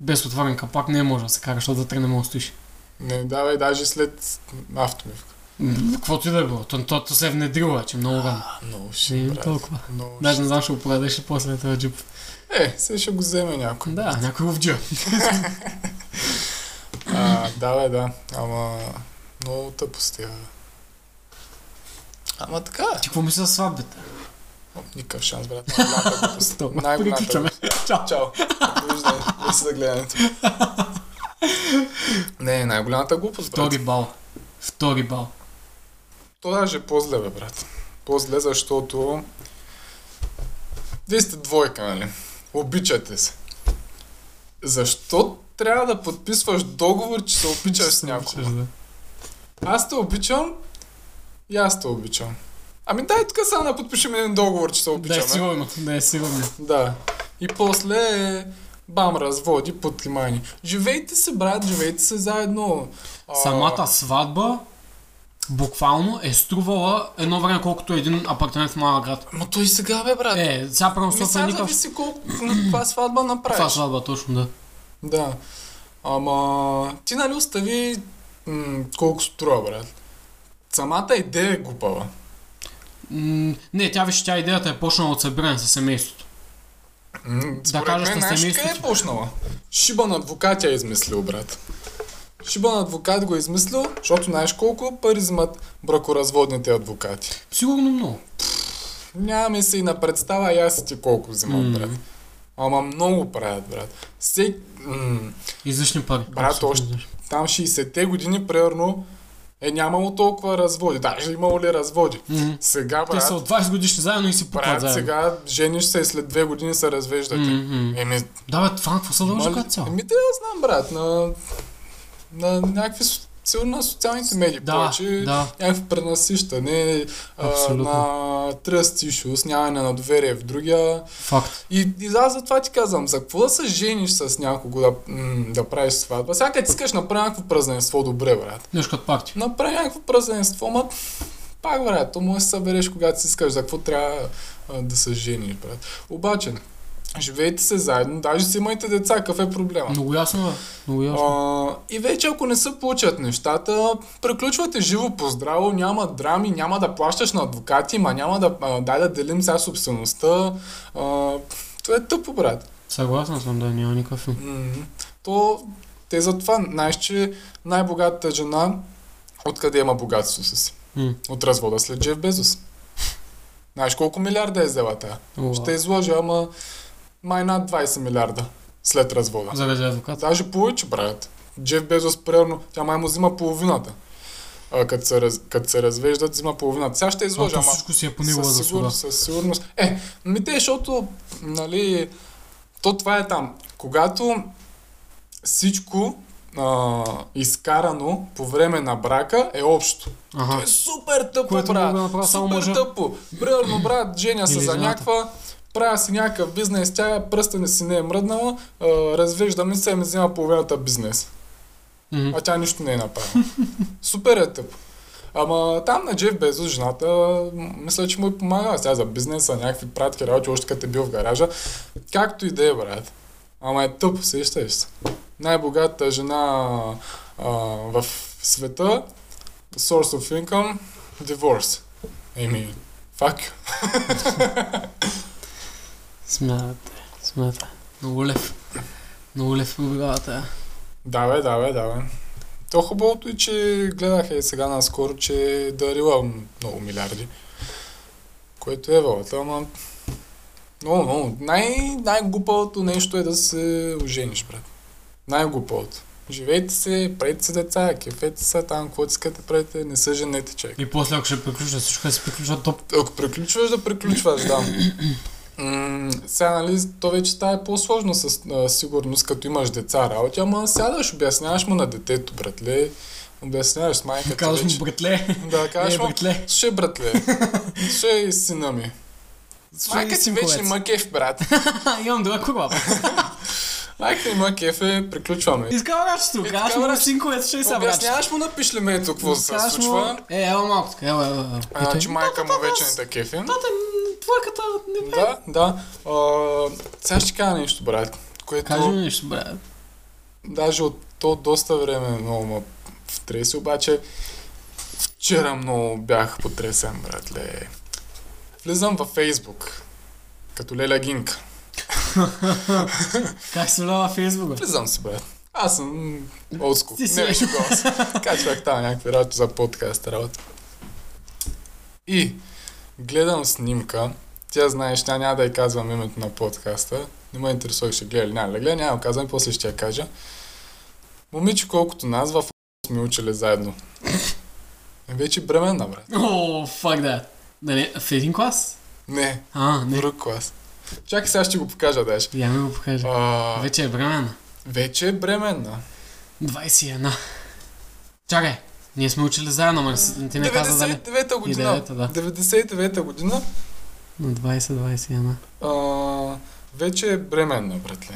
[SPEAKER 2] без отворен капак не може да се кара, защото вътре не може да стоиш.
[SPEAKER 1] Не, давай даже след автомивка.
[SPEAKER 2] М, Каквото и да е било. То, то, то се е внедрило вече много рано.
[SPEAKER 1] Много
[SPEAKER 2] Не
[SPEAKER 1] ще,
[SPEAKER 2] е
[SPEAKER 1] брат.
[SPEAKER 2] толкова.
[SPEAKER 1] Много
[SPEAKER 2] Даже
[SPEAKER 1] ще.
[SPEAKER 2] не знам, ще го продадеш ли после този джип.
[SPEAKER 1] Е, сега ще го вземе някой.
[SPEAKER 2] Да, някой го вджа.
[SPEAKER 1] А, давай, да. Ама... Много тъпо стига. бе. Ама така е.
[SPEAKER 2] Ти какво мисля за сватбата?
[SPEAKER 1] Никакъв шанс, брат. Най-голямата глупост.
[SPEAKER 2] Добре,
[SPEAKER 1] Най-голямата
[SPEAKER 2] приключваме.
[SPEAKER 1] Чао. Довиждане. Мерси за гледането. Не, най-голямата глупост, брат.
[SPEAKER 2] Втори бал. Втори бал.
[SPEAKER 1] То даже е по-зле, бе, брат. По-зле, защото... Вие сте двойка, нали? Обичате се. Защо трябва да подписваш договор, че се обичаш с някого?
[SPEAKER 2] Да.
[SPEAKER 1] Аз те обичам и аз те обичам. Ами дай тук сега да подпишем един договор, че се
[SPEAKER 2] Да е
[SPEAKER 1] обичаме.
[SPEAKER 2] сигурно, да е сигурно.
[SPEAKER 1] Да. И после е, бам, разводи, подкимани. Живейте се, брат, живейте се заедно. А,
[SPEAKER 2] Самата сватба буквално е струвала едно време колкото един апартамент в малък град.
[SPEAKER 1] Ма той сега бе, брат. Е,
[SPEAKER 2] Е, сега прямо
[SPEAKER 1] ми сега
[SPEAKER 2] собственика... в-
[SPEAKER 1] зависи колко на каква сватба направиш.
[SPEAKER 2] Това сватба, точно да.
[SPEAKER 1] Да. Ама ти нали остави м- колко струва, брат. Самата идея е глупава.
[SPEAKER 2] М, Не, тя виж, тя идеята е почнала от събиране със семейството.
[SPEAKER 1] М, според
[SPEAKER 2] кажеш
[SPEAKER 1] мен,
[SPEAKER 2] на
[SPEAKER 1] знаеш
[SPEAKER 2] семейството.
[SPEAKER 1] Къде е почнала? Шибан адвокат я е измислил, брат. Шибан адвокат го е измислил, защото знаеш колко пари взимат бракоразводните адвокати.
[SPEAKER 2] Сигурно много.
[SPEAKER 1] Нямаме си и на представа и аз и ти колко взимам,
[SPEAKER 2] М.
[SPEAKER 1] брат. Ама много правят, брат. Всеки... м,
[SPEAKER 2] Излишни пари.
[SPEAKER 1] Брат,
[SPEAKER 2] Абсолютно
[SPEAKER 1] още-
[SPEAKER 2] излишни.
[SPEAKER 1] Там 60-те години, примерно, е нямало толкова разводи. Даже имало ли разводи.
[SPEAKER 2] Мгм.
[SPEAKER 1] Сега,
[SPEAKER 2] Те са
[SPEAKER 1] брат,
[SPEAKER 2] от 20 годишни заедно и си пукват
[SPEAKER 1] брат
[SPEAKER 2] заедно.
[SPEAKER 1] сега Е, жениш се и след две години се развеждате.
[SPEAKER 2] Мгм.
[SPEAKER 1] Еми,
[SPEAKER 2] Да, бе, това на какво се дължи
[SPEAKER 1] моля-
[SPEAKER 2] като цяло?
[SPEAKER 1] Еми, да, знам, брат, на, на някакви с- Сигурно на социалните медии
[SPEAKER 2] Да,
[SPEAKER 1] повече.
[SPEAKER 2] да.
[SPEAKER 1] Някакво пренасищане а,
[SPEAKER 2] Абсолютно.
[SPEAKER 1] на trust issues, нямане на доверие в другия.
[SPEAKER 2] Факт.
[SPEAKER 1] И, и аз за това ти казвам, за какво да се жениш с някого да, м- да правиш сватба? Сега като искаш направи някакво празненство, добре, брат.
[SPEAKER 2] Нещо като пак ти.
[SPEAKER 1] Направи някакво празненство, ма пак, брат, то може да се събереш, когато си искаш, за какво трябва а, да се жениш, брат. Обаче, живеете се заедно, даже си имайте деца, какъв е проблема?
[SPEAKER 2] Много ясно, бе. Много ясно.
[SPEAKER 1] А, и вече ако не се получат нещата, приключвате живо по здраво, няма драми, няма да плащаш на адвокати, ма няма да, а, дай да делим сега собствеността. А, то е тъпо, брат.
[SPEAKER 2] Съгласен съм, да, няма никакъв.
[SPEAKER 1] М, То, те затова, знаеш, че най-богатата жена откъде има богатството си?
[SPEAKER 2] М.
[SPEAKER 1] От развода след Джеф Безос. Знаеш колко милиарда е взела тя? Ще изложа, ама май над 20 милиарда след развода.
[SPEAKER 2] Заради адвоката.
[SPEAKER 1] Даже повече правят. Джеф Безос, примерно, тя май му взима половината. А, като, се, раз, като се развеждат, взима половината. Сега ще изложа,
[SPEAKER 2] Защото
[SPEAKER 1] ама
[SPEAKER 2] всичко си е по негова
[SPEAKER 1] със,
[SPEAKER 2] заслуга.
[SPEAKER 1] сигур, със сигурност. Е, ми те, защото, нали, то това е там. Когато всичко а, изкарано по време на брака е общо. То
[SPEAKER 2] Аха.
[SPEAKER 1] е супер тъпо,
[SPEAKER 2] Което мога да
[SPEAKER 1] брат.
[SPEAKER 2] направи само
[SPEAKER 1] супер
[SPEAKER 2] мъжа.
[SPEAKER 1] тъпо. Примерно, брат, женя се
[SPEAKER 2] Или
[SPEAKER 1] за
[SPEAKER 2] жената.
[SPEAKER 1] някаква, правя си някакъв бизнес, тя пръста не си не е мръднала, а, развеждаме се и ми взема половината бизнес.
[SPEAKER 2] Мгм.
[SPEAKER 1] А тя нищо не е направила. супер е тъпо. Ама там на Джеф Безос, жената, м, мисля, че му е помагала сега за бизнеса, някакви пратки, работи, още като е бил в гаража. Както и да е, брат. Ама е тъпо, сещаш се. Най-богатата жена а, в света, source of income, divorce. Еми, fuck you. е
[SPEAKER 2] Смятай, смятай. Много лев. Много лев побегавата.
[SPEAKER 1] Да, бе, да, бе, да, бе. То хубавото е, че гледах е сега наскоро, че е дарила м- много милиарди. Което е вълата, ама... Но, но, най- най-глупавото нещо е да се ожениш, брат. Най-глупавото. Живейте се, правете се деца, кефете се там, каквото искате правете, не се женете, човек.
[SPEAKER 2] И после ако ще приключва, всичко се приключва топ.
[SPEAKER 1] Ако приключваш, да приключваш, да. М, сега, нали, то вече става по-сложно с а, сигурност, като имаш деца работи, ама сядаш, обясняваш му на детето, братле, обясняваш с майката
[SPEAKER 2] Казваш
[SPEAKER 1] вече.
[SPEAKER 2] му, братле.
[SPEAKER 1] Да,
[SPEAKER 2] Е,
[SPEAKER 1] казваш му,
[SPEAKER 2] братле.
[SPEAKER 1] слушай, братле, слушай и сина ми. Майка ти е вече има кеф, брат.
[SPEAKER 2] Ха, Имам друга курва. бе.
[SPEAKER 1] Майка има кеф е, приключваме.
[SPEAKER 2] Искам братчето.
[SPEAKER 1] Искам
[SPEAKER 2] Казваш му,
[SPEAKER 1] братчето.
[SPEAKER 2] синковец, ще се брат.
[SPEAKER 1] Обясняваш му на пишлемето какво се
[SPEAKER 2] Казваш му,
[SPEAKER 1] случва,
[SPEAKER 2] Е, ела малко така, ела, ела. ела. И
[SPEAKER 1] а,
[SPEAKER 2] той,
[SPEAKER 1] че майка му
[SPEAKER 2] «Да, да,
[SPEAKER 1] вече
[SPEAKER 2] да,
[SPEAKER 1] не
[SPEAKER 2] да,
[SPEAKER 1] те кефи.
[SPEAKER 2] Тата, твърката не бе.
[SPEAKER 1] Да, да. А, Сега ще ти кажа нещо, брат, което...
[SPEAKER 2] Кажи ми нещо, брат.
[SPEAKER 1] Даже от то доста време е много ме втреси, обаче вчера много бях потресен, братле. Влизам във Фейсбук, като Леля Гинка.
[SPEAKER 2] Как се влива във Фейсбука?
[SPEAKER 1] Влизам си, брат. Аз съм олдскул.
[SPEAKER 2] Ти си.
[SPEAKER 1] Не беше голос. Качвах там някакви работи за подкаст работа. И гледам снимка. Тя знаеш, тя няма да й казвам името на подкаста. Не ме интересува, ще гледа или няма да гледа. Няма да казвам, после ще я кажа. Момиче, колкото нас, в сме учили заедно. Е, Вече бременна, брат.
[SPEAKER 2] О, фак да. Нали, в един клас?
[SPEAKER 1] Не,
[SPEAKER 2] А, не.
[SPEAKER 1] друг клас. Чакай сега ще го покажа даже.
[SPEAKER 2] Я ми го покажа.
[SPEAKER 1] А,
[SPEAKER 2] Вече е бременна.
[SPEAKER 1] вече е бременна.
[SPEAKER 2] 21. Чакай, ние сме учили заедно, ама не си- ти не каза дали.
[SPEAKER 1] 99-та година.
[SPEAKER 2] 99-та, да.
[SPEAKER 1] 99-та година
[SPEAKER 2] На 20-21.
[SPEAKER 1] а, вече е бременна, братле.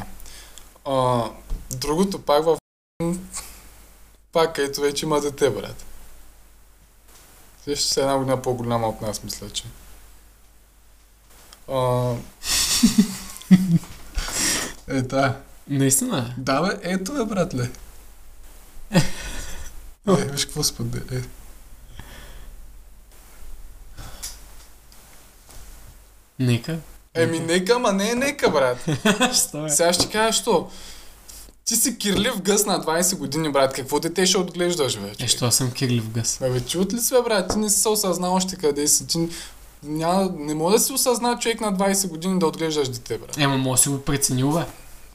[SPEAKER 1] А, другото пак в... Пак ето вече има дете, брат. Също се една година по-голяма от нас, мисля, че. А... е, да.
[SPEAKER 2] Наистина ли?
[SPEAKER 1] Да, бе, ето бе, братле. Е, виж какво споделя. Е.
[SPEAKER 2] Нека.
[SPEAKER 1] Еми, нека, ама не е нека, брат.
[SPEAKER 2] Що е?
[SPEAKER 1] Сега ще кажа, що? Ти си кирлив гъс на 20 години, брат. Какво дете ще отглеждаш, вече?
[SPEAKER 2] Е, що аз съм кирлив гъс?
[SPEAKER 1] Абе, чут ли си, бе, брат? Ти не си се осъзнал още къде си. Ти няма, не може да си осъзна човек на 20 години да отглеждаш дете, брат.
[SPEAKER 2] Ема, Е, може си го преценил, бе.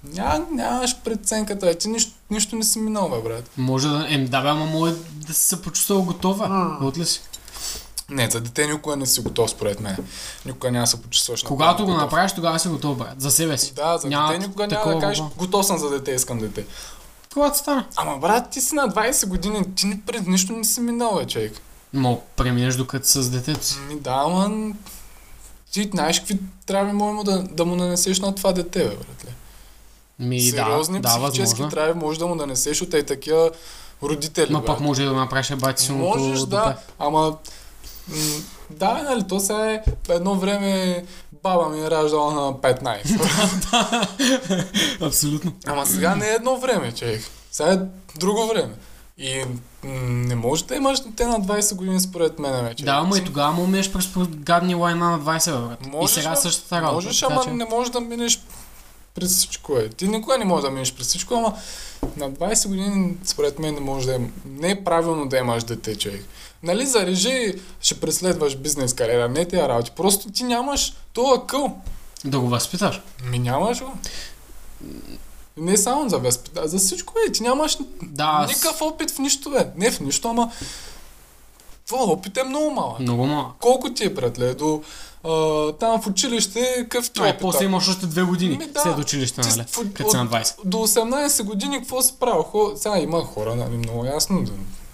[SPEAKER 1] Ня, нямаш преценката, бе. ти нищо, нищо не си минал, бе, брат.
[SPEAKER 2] Може да... Ем, да бе, ама може да си се почувствал готова.
[SPEAKER 1] М.
[SPEAKER 2] От ли си?
[SPEAKER 1] Не, за дете никога не си готов, според мен. Никога няма да се почувстваш.
[SPEAKER 2] Когато го
[SPEAKER 1] готов.
[SPEAKER 2] направиш, тогава си готов, брат. За себе си.
[SPEAKER 1] Да, за
[SPEAKER 2] Няма
[SPEAKER 1] дете никога няма
[SPEAKER 2] такова
[SPEAKER 1] да кажеш,
[SPEAKER 2] вълна.
[SPEAKER 1] готов съм за дете, искам дете.
[SPEAKER 2] Когато стане.
[SPEAKER 1] Ама брат, ти си на 20 години, ти ни пред нищо не си минал, е, човек.
[SPEAKER 2] Но преминеш докато с детето си.
[SPEAKER 1] Ми да, ама... Ти знаеш какви травми може му да, да му нанесеш на това дете, бе, братле.
[SPEAKER 2] Ми,
[SPEAKER 1] Сериозни
[SPEAKER 2] да, да,
[SPEAKER 1] психически
[SPEAKER 2] възможно.
[SPEAKER 1] травми може да му нанесеш от ей такива родители,
[SPEAKER 2] Ма
[SPEAKER 1] бе.
[SPEAKER 2] пак може да го направиш бати си му
[SPEAKER 1] Можеш,
[SPEAKER 2] по-
[SPEAKER 1] да, ама... м, Да, бе, нали, то сега е... Едно време баба ми е раждала на 15.
[SPEAKER 2] Абсолютно.
[SPEAKER 1] ама сега не е едно време, човек. Сега е друго време. И м, не може да имаш дете на 20 години, според мен, вече.
[SPEAKER 2] Да, ама и тогава му умееш през гадни лайна на 20 бе, брат.
[SPEAKER 1] Можеш,
[SPEAKER 2] и сега
[SPEAKER 1] бе.
[SPEAKER 2] същата работа.
[SPEAKER 1] Можеш,
[SPEAKER 2] така
[SPEAKER 1] ама
[SPEAKER 2] че-
[SPEAKER 1] не можеш да минеш през всичко. Е. Ти никога не можеш да минеш през всичко, ама на 20 години, според мен, не може да им... Не е правилно да имаш дете, човек. Нали, зарежи, ще преследваш бизнес кариера, не тези работи. Просто ти нямаш този къл.
[SPEAKER 2] Да го възпиташ.
[SPEAKER 1] Ми нямаш го. Не само за възпита, за всичко, бе. Ти нямаш
[SPEAKER 2] Да,
[SPEAKER 1] а,
[SPEAKER 2] аз...
[SPEAKER 1] никакъв опит в нищо, бе. Не в нищо, ама... Твоя опит е много малък.
[SPEAKER 2] Много малък.
[SPEAKER 1] Колко ти е, братле, до а, там в училище, какъв ти е
[SPEAKER 2] А, и
[SPEAKER 1] опита?
[SPEAKER 2] после имаш още две години.
[SPEAKER 1] Ми, да.
[SPEAKER 2] След училище,
[SPEAKER 1] Ти
[SPEAKER 2] нали?
[SPEAKER 1] в- от-
[SPEAKER 2] Като си на 20.
[SPEAKER 1] до 18 години какво си правил? Хо, сега има хора, нали, много ясно, да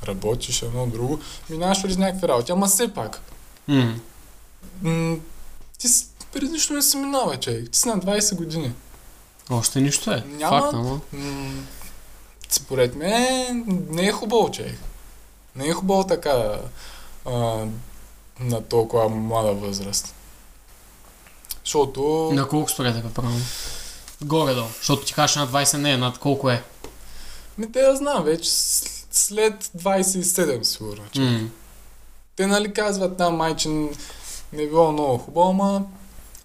[SPEAKER 1] работиш едно друго, минаваш през някакви работи, ама все пак,
[SPEAKER 2] М.
[SPEAKER 1] м- ти с- през нищо не си минава, човек. Ти си на 20 години.
[SPEAKER 2] Още нищо е.
[SPEAKER 1] Няма-
[SPEAKER 2] Факт, ама.
[SPEAKER 1] М- според мен не е хубаво, човек. Не е хубаво така а, на толкова млада възраст. Защото...
[SPEAKER 2] На колко според тебе, правилно? Горе-долу. Защото ти кажеш на 20 не е, над колко е.
[SPEAKER 1] Не те да знам, вече с- след 27 сигурно. Че.
[SPEAKER 2] М.
[SPEAKER 1] Те нали казват там майчин не било много хубаво, ама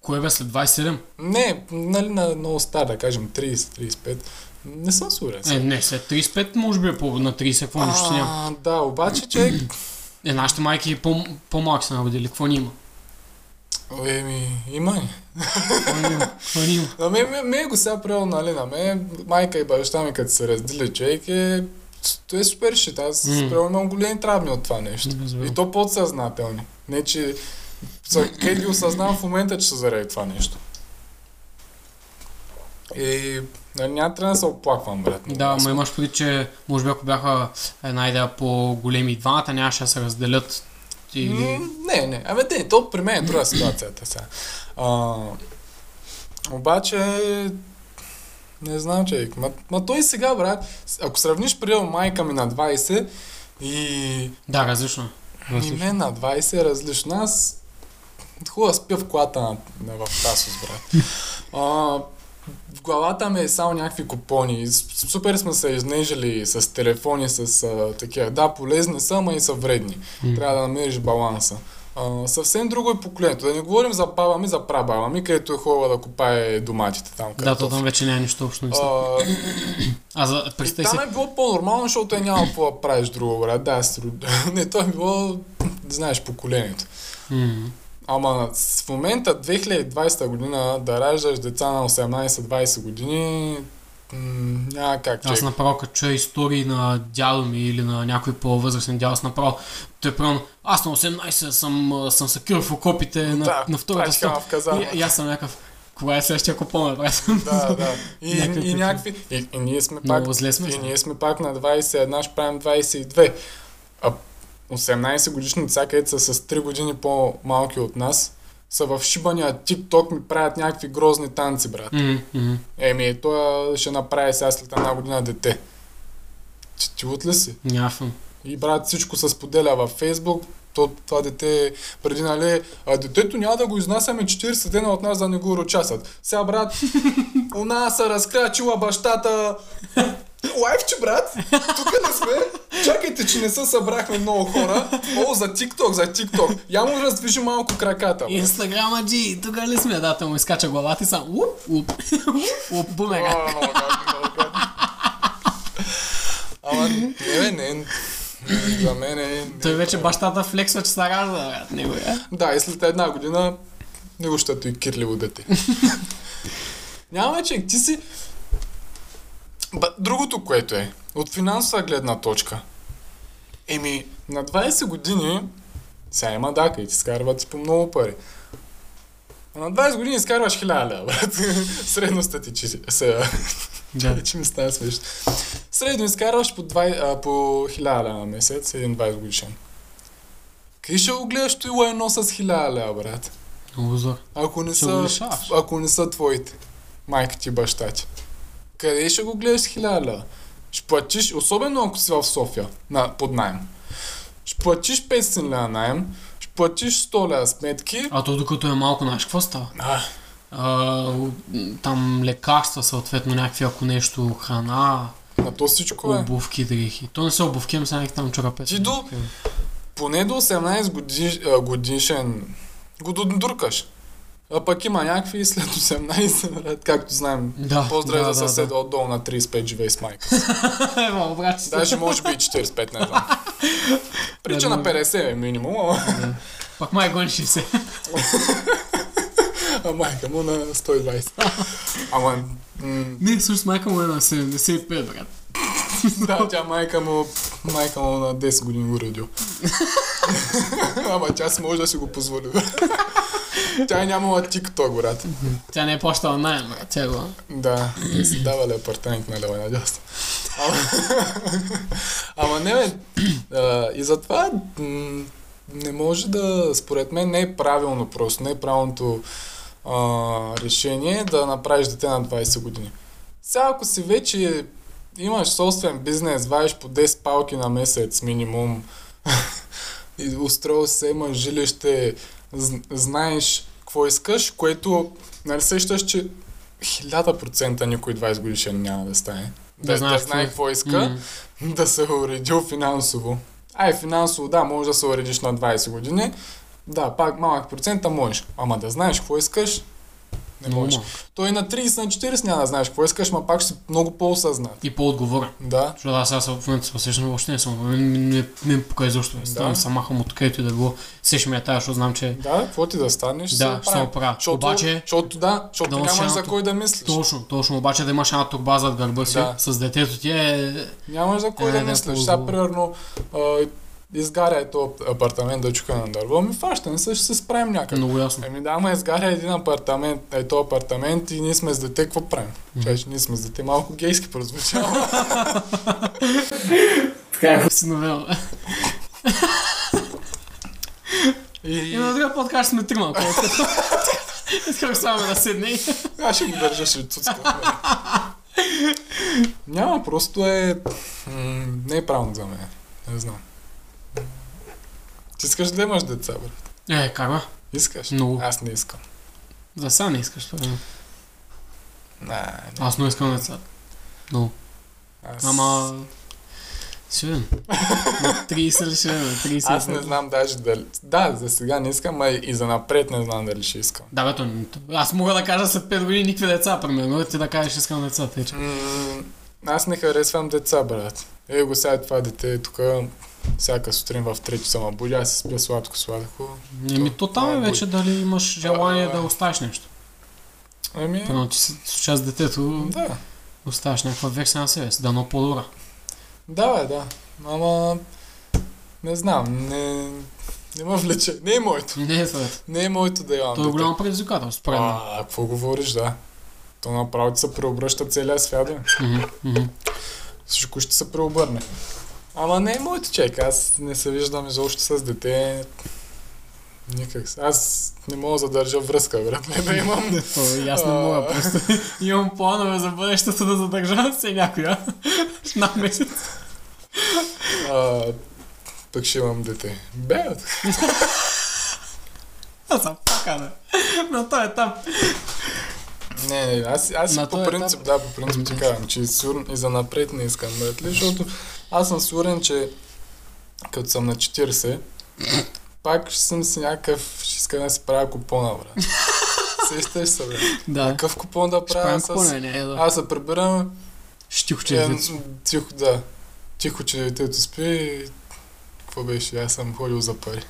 [SPEAKER 2] Кое бе след 27?
[SPEAKER 1] не, нали на много стар, да кажем 30-35, не съм сигурен.
[SPEAKER 2] Е, не, след 35 може би е по, на 30, какво нищо няма.
[SPEAKER 1] а, да, обаче човек,
[SPEAKER 2] Е, нашите майки по, по-малки са народили, какво ни има?
[SPEAKER 1] еми, е, има ни.
[SPEAKER 2] Какво ни има? Какво ни има?
[SPEAKER 1] На мен, мен, мен го сега правил, нали, на мен, майка и баща ми като се раздели, човек е, то е супер шит, аз
[SPEAKER 2] М.
[SPEAKER 1] mm. правил имам големи травми от това нещо.
[SPEAKER 2] Разбирам.
[SPEAKER 1] И то подсъзнателни. Не, че са- къде ги осъзнавам в момента, че са заради това нещо. И нали, няма трябва да се оплаквам, брат. но
[SPEAKER 2] Да,
[SPEAKER 1] аз-
[SPEAKER 2] ма имаш предвид, че може би ако бяха една идея по-големи двамата, нямаше да се разделят. Или...
[SPEAKER 1] М, Не, не. Абе, не, то при мен е друга ситуацията сега. А, обаче, не знам, че. Ма, ма той сега, брат, с- ако сравниш приема майка ми на 20 и
[SPEAKER 2] Да, различно. е.
[SPEAKER 1] И мен на 20 е различно. Аз хубаво спя в колата на, на в Тасос, брат. А, в главата ми е само някакви купони. С- Супер сме се изнежили с телефони, с а, такива. Да, полезни са, ама и са вредни.
[SPEAKER 2] М.
[SPEAKER 1] Трябва да намериш баланса. А, съвсем друго е поколението. Да не говорим за баба ми, за прабаба ми, където е хубаво да копае доматите там.
[SPEAKER 2] Да,
[SPEAKER 1] картофи.
[SPEAKER 2] то там вече няма нищо общо. мисля.
[SPEAKER 1] А,
[SPEAKER 2] А, за,
[SPEAKER 1] и
[SPEAKER 2] представи си,
[SPEAKER 1] там е било по-нормално, защото е няма какво да правиш друго, брат. Да, с... род- не, то е било, знаеш, поколението. е-
[SPEAKER 2] М.
[SPEAKER 1] Ама с- в момента 2020 година да раждаш деца на 18-20 години м- няма как.
[SPEAKER 2] Аз
[SPEAKER 1] човек.
[SPEAKER 2] направо като чуя истории на дядо ми или на някой по-възрастен дядо, аз направо, той е примерно, аз на 18 съм, а, съм се крил в окопите на,
[SPEAKER 1] Да, е
[SPEAKER 2] на втората
[SPEAKER 1] пак хема
[SPEAKER 2] стоп.
[SPEAKER 1] в казарма.
[SPEAKER 2] И, и аз съм някакъв, кога е следващия купон, брат?
[SPEAKER 1] Да, да. И,
[SPEAKER 2] Някакви
[SPEAKER 1] и, и някакви. И, и ние сме пак.
[SPEAKER 2] Много зле сме.
[SPEAKER 1] И ние сме пак на 21, ще правим 22. А 18 годишни деца, където са с 3 години по-малки от нас, са в шибания TikTok ми правят някакви грозни танци, брат.
[SPEAKER 2] М, м.
[SPEAKER 1] Еми, той ще направи сега след една година дете. Ти, ти от ли си?
[SPEAKER 2] Няма филм.
[SPEAKER 1] И брат, всичко се споделя във Фейсбук. То, това дете, преди нали, а, детето няма да го изнасяме 40 дена от нас да не го рочасат. Сега брат, у нас се разкрачила бащата. Лайфче, брат! Тук не сме. Чакайте, че не се събрахме много хора. О, за TikTok, за TikTok. Я му раздвижи малко краката. бе.
[SPEAKER 2] Инстаграма G, тук ли сме? Да, той му изкача главата и сам, уп, уп, уп, уп,
[SPEAKER 1] О,
[SPEAKER 2] бумега.
[SPEAKER 1] много гадно, много гадно. Ама, не, бе, не. За мен е...
[SPEAKER 2] Той вече бащата флексва, че се ражда, брат, него е.
[SPEAKER 1] Да, и след една година него ще и кирливо дете. Няма че, ти си... Ба, другото, което е, от финансова гледна точка. Еми, на 20 години, сега има дака и ти скарват по много пари. А на 20 години изкарваш 1000 лева, брат. Средно статически. Сега,
[SPEAKER 2] Да.
[SPEAKER 1] че ми става смешно. Средно изкарваш по, 20, а, по 1000 лева на месец, един 20 годишен. Къде ще го гледаш той лайно с 1000 лева, брат?
[SPEAKER 2] Много зор.
[SPEAKER 1] Ако не,
[SPEAKER 2] Ще го
[SPEAKER 1] са,
[SPEAKER 2] лишаваш.
[SPEAKER 1] ако не са твоите, майка ти, баща ти. Къде ще го гледаш с 1000 лева? Ще платиш, особено ако си в София, на, под найем. Ще платиш 500 лева найем, ще платиш 100 лева сметки.
[SPEAKER 2] А то докато е малко, знаеш какво става?
[SPEAKER 1] А,
[SPEAKER 2] А, у- там лекарства, съответно някакви, ако нещо, храна,
[SPEAKER 1] на то всичко е.
[SPEAKER 2] обувки, дрехи. То не са обувки, ами са някакви там чорапета.
[SPEAKER 1] Ти до- Поне до 18 годиш, а, годишен го дуркаш. А пък има някакви и след 18, брат, както знаем.
[SPEAKER 2] Да,
[SPEAKER 1] Поздрави
[SPEAKER 2] да,
[SPEAKER 1] за
[SPEAKER 2] да,
[SPEAKER 1] съседа отдолу на 35 живее с майка. си.
[SPEAKER 2] Да. Ема, обрати се.
[SPEAKER 1] Даже може би и 45, не знам. Прича
[SPEAKER 2] Да,
[SPEAKER 1] на
[SPEAKER 2] да.
[SPEAKER 1] 50 е минимум, ама-
[SPEAKER 2] Пак май гониш се.
[SPEAKER 1] а майка му на 120. Ама, м,
[SPEAKER 2] Не, всъщност майка му е на 75, брат.
[SPEAKER 1] да, тя майка му, майка му на 10 години го родил. Ама тя си може да си го позволи. Тя е нямала TikTok, брат.
[SPEAKER 2] Тя не е плащала найем, брат. Тя го...
[SPEAKER 1] Да, да си давали апартамент на лева и надясно. Ама, ама не бе, а, и затова м, не може да, според мен не е правилно просто, не е правилното а, решение да направиш дете на 20 години. Сега ако си вече имаш собствен бизнес, вадиш по 10 палки на месец минимум, и устроил се, имаш жилище, зн- знаеш какво искаш, което нали сещаш, че 1000% никой 20 годишен няма да стане.
[SPEAKER 2] Да
[SPEAKER 1] Да, да,
[SPEAKER 2] знаеш
[SPEAKER 1] да знае какво е.
[SPEAKER 2] какво
[SPEAKER 1] иска, mm. да се уредил финансово. Ай, финансово, да, може да се уредиш на 20 години. Да, пак малък процент, а можеш. Ама да знаеш какво искаш, не можеш. Той на 30, на 40 няма да знаеш какво искаш, ма пак ще си много по-осъзнат.
[SPEAKER 2] И по-отговорен.
[SPEAKER 1] Да.
[SPEAKER 2] Защото аз сега се- в момента се усещам, въобще не съм. Не, не, не, не ми пока изобщо. Да. Ставам се махам от където и да било. Сещам я тая, защото знам, че
[SPEAKER 1] Да, какво ти да станеш, се
[SPEAKER 2] да, ще се
[SPEAKER 1] оправим.
[SPEAKER 2] оправя.
[SPEAKER 1] Защото,
[SPEAKER 2] Обаче,
[SPEAKER 1] защото да, защото
[SPEAKER 2] да
[SPEAKER 1] нямаш
[SPEAKER 2] носиш
[SPEAKER 1] за
[SPEAKER 2] едното.
[SPEAKER 1] кой да мислиш.
[SPEAKER 2] Точно, точно. Обаче да имаш една турба зад гърба си
[SPEAKER 1] Да.
[SPEAKER 2] с детето ти е...
[SPEAKER 1] Нямаш за кой
[SPEAKER 2] Е,
[SPEAKER 1] да
[SPEAKER 2] да,
[SPEAKER 1] мислиш.
[SPEAKER 2] хубаво.
[SPEAKER 1] Сега, примерно, а, изгаря е този апартамент да чука на дърво, ми фаща, не ще се справим някъде.
[SPEAKER 2] Много ясно.
[SPEAKER 1] Еми Ами да, ама изгаря един апартамент, е то апартамент и ние сме с дете, какво правим?
[SPEAKER 2] Мгм.
[SPEAKER 1] Чай, че ние сме с дете, малко гейски прозвуча. ама-
[SPEAKER 2] Така е усиновено. И
[SPEAKER 1] и
[SPEAKER 2] на другия подкаст сме трима. колкото. Искам само да седне. и-
[SPEAKER 1] аз ще го държа, ще цуцка. Няма, просто е... м, не е правилно за мен. Не знам. Ти искаш да имаш деца, бе?
[SPEAKER 2] Е, как бе?
[SPEAKER 1] Искаш?
[SPEAKER 2] Много.
[SPEAKER 1] Аз не искам.
[SPEAKER 2] За сега не искаш това.
[SPEAKER 1] Не, не.
[SPEAKER 2] Аз не искам деца. Много.
[SPEAKER 1] Аз...
[SPEAKER 2] Ама... Ще видим. На 30 ли ще видим? на 30
[SPEAKER 1] Аз не знам даже дали. Да, за сега не искам, а и за напред не знам дали ще искам.
[SPEAKER 2] Да, бе, то, не- то- аз мога да кажа след 5 години никакви деца, примерно. Ти да кажеш, искам деца, тъй че.
[SPEAKER 1] М, аз не харесвам деца, брат. Е, го сега това дете е тук. Всяка сутрин в 3 часа ма будя, аз се спя сладко, сладко.
[SPEAKER 2] Еми, то там е
[SPEAKER 1] Ама
[SPEAKER 2] вече дали имаш желание да оставиш нещо.
[SPEAKER 1] Ами,
[SPEAKER 2] Примерно, че си с част детето
[SPEAKER 1] да.
[SPEAKER 2] оставаш някаква версия на себе си. Дано по-добра.
[SPEAKER 1] Да, бе, да. Ама, не знам, не, не ме влече. Не е моето.
[SPEAKER 2] Не е това.
[SPEAKER 1] Не е моето да имам
[SPEAKER 2] То е
[SPEAKER 1] дете.
[SPEAKER 2] голямо предизвикателство, според мен.
[SPEAKER 1] А, какво говориш, да. То направо ти се преобръща целия свят, бе.
[SPEAKER 2] Мгм, мгм.
[SPEAKER 1] всичко ще се преобърне. Ама не е моят чек, аз не се виждам изобщо с дете. Никак. с- Аз не мога да задържа връзка, брат. Не да имам.
[SPEAKER 2] То е, и Аз не
[SPEAKER 1] А.
[SPEAKER 2] мога просто. Имам планове за бъдещето да задържа се някоя. На месец.
[SPEAKER 1] А, пък ще имам дете. Бе, бе,
[SPEAKER 2] Аз съм пака, да. На този етап.
[SPEAKER 1] не, не, аз, аз
[SPEAKER 2] На
[SPEAKER 1] по
[SPEAKER 2] този
[SPEAKER 1] принцип, да, по принцип ти казвам, че сигурно и за напред не искам, брат. Ли, защото аз съм сигурен, че като съм на 40, пак ще съм си някакъв, ще искам да си правя купона, брат. Сещаш се, брат.
[SPEAKER 2] Да.
[SPEAKER 1] Какъв купон да
[SPEAKER 2] Ще
[SPEAKER 1] правя
[SPEAKER 2] правим
[SPEAKER 1] с...
[SPEAKER 2] купоне, не е да.
[SPEAKER 1] Аз се прибирам,
[SPEAKER 2] Щих
[SPEAKER 1] Е,
[SPEAKER 2] че е
[SPEAKER 1] м, Тихо, да. Тихо, че детето спи. и- Какво беше? Аз съм ходил за пари.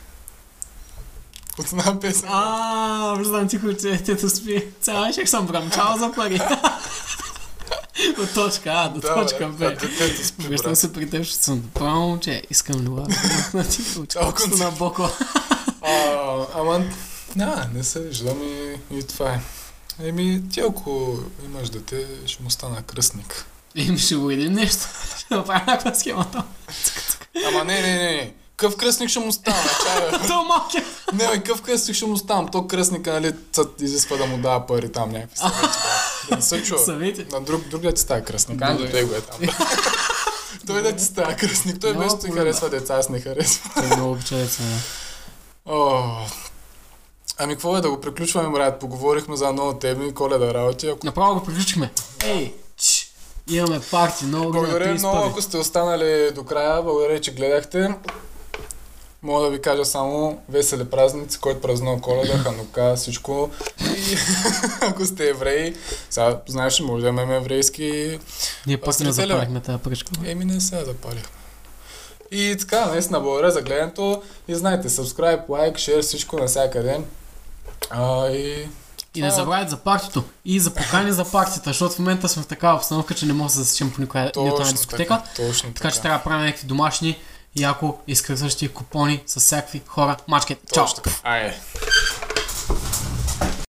[SPEAKER 1] От една песен.
[SPEAKER 2] А, влизам ти курце, тето спи. Цяла ще съм брамчал за пари. От точка А до
[SPEAKER 1] да,
[SPEAKER 2] точка
[SPEAKER 1] бе,
[SPEAKER 2] Б.
[SPEAKER 1] а детето спи,
[SPEAKER 2] Връщам
[SPEAKER 1] брат.
[SPEAKER 2] се при теб, защото съм добро момче. Искам любов. На ти
[SPEAKER 1] Чао,
[SPEAKER 2] очаквам на боко.
[SPEAKER 1] А, Ама, да, не се виждам и, и това е. Еми, ти ако имаш дете, ще му стана кръстник.
[SPEAKER 2] Им ще го едим нещо. Ще направим някаква схема там.
[SPEAKER 1] Ама не, не, не. Къв кръстник ще му стана, чай, бе.
[SPEAKER 2] То малкия.
[SPEAKER 1] Не, бе, къв кръстник ще му ставам. То кръстника, нали, цът изисква да му дава пари там някакви съвети. бе. Да не се чува.
[SPEAKER 2] Съвети.
[SPEAKER 1] На друг, друг да ти става кръстник,
[SPEAKER 2] Да,
[SPEAKER 1] а
[SPEAKER 2] да.
[SPEAKER 1] не той го е там. Той да ти става кръстник, той
[SPEAKER 2] Няма
[SPEAKER 1] без ти
[SPEAKER 2] проблем.
[SPEAKER 1] харесва деца, аз не харесвам.
[SPEAKER 2] Той много обича деца. да.
[SPEAKER 1] О, Ами какво е да го приключваме, брат? Поговорихме за много теми, коледа работи. Ако
[SPEAKER 2] Направо го приключихме. Ей, чш, имаме парти, много ги
[SPEAKER 1] Благодаря
[SPEAKER 2] напи
[SPEAKER 1] много, ако сте останали до края. Благодаря, че гледахте. Мога да ви кажа само весели празници, който празнува коледа, ханука, всичко. И ако сте евреи, сега знаеш, може да имаме еврейски.
[SPEAKER 2] Ние пък не
[SPEAKER 1] Стрителя, бе.
[SPEAKER 2] запалихме тази пръчка. бе.
[SPEAKER 1] Еми не сега запалихме. И така, наистина благодаря за гледането. И знаете, subscribe, лайк, шер, всичко навсякъде. А, и...
[SPEAKER 2] И
[SPEAKER 1] Това
[SPEAKER 2] не
[SPEAKER 1] е.
[SPEAKER 2] забравяйте за партито. И за покани за партията, защото в момента сме в такава обстановка, че не може да се засечем по никоя нито една дискотека. Така,
[SPEAKER 1] точно така.
[SPEAKER 2] че трябва да правим някакви домашни и ако изкърсващи купони с всякакви хора. Мачкет. Чао!
[SPEAKER 1] Точно така. Айде.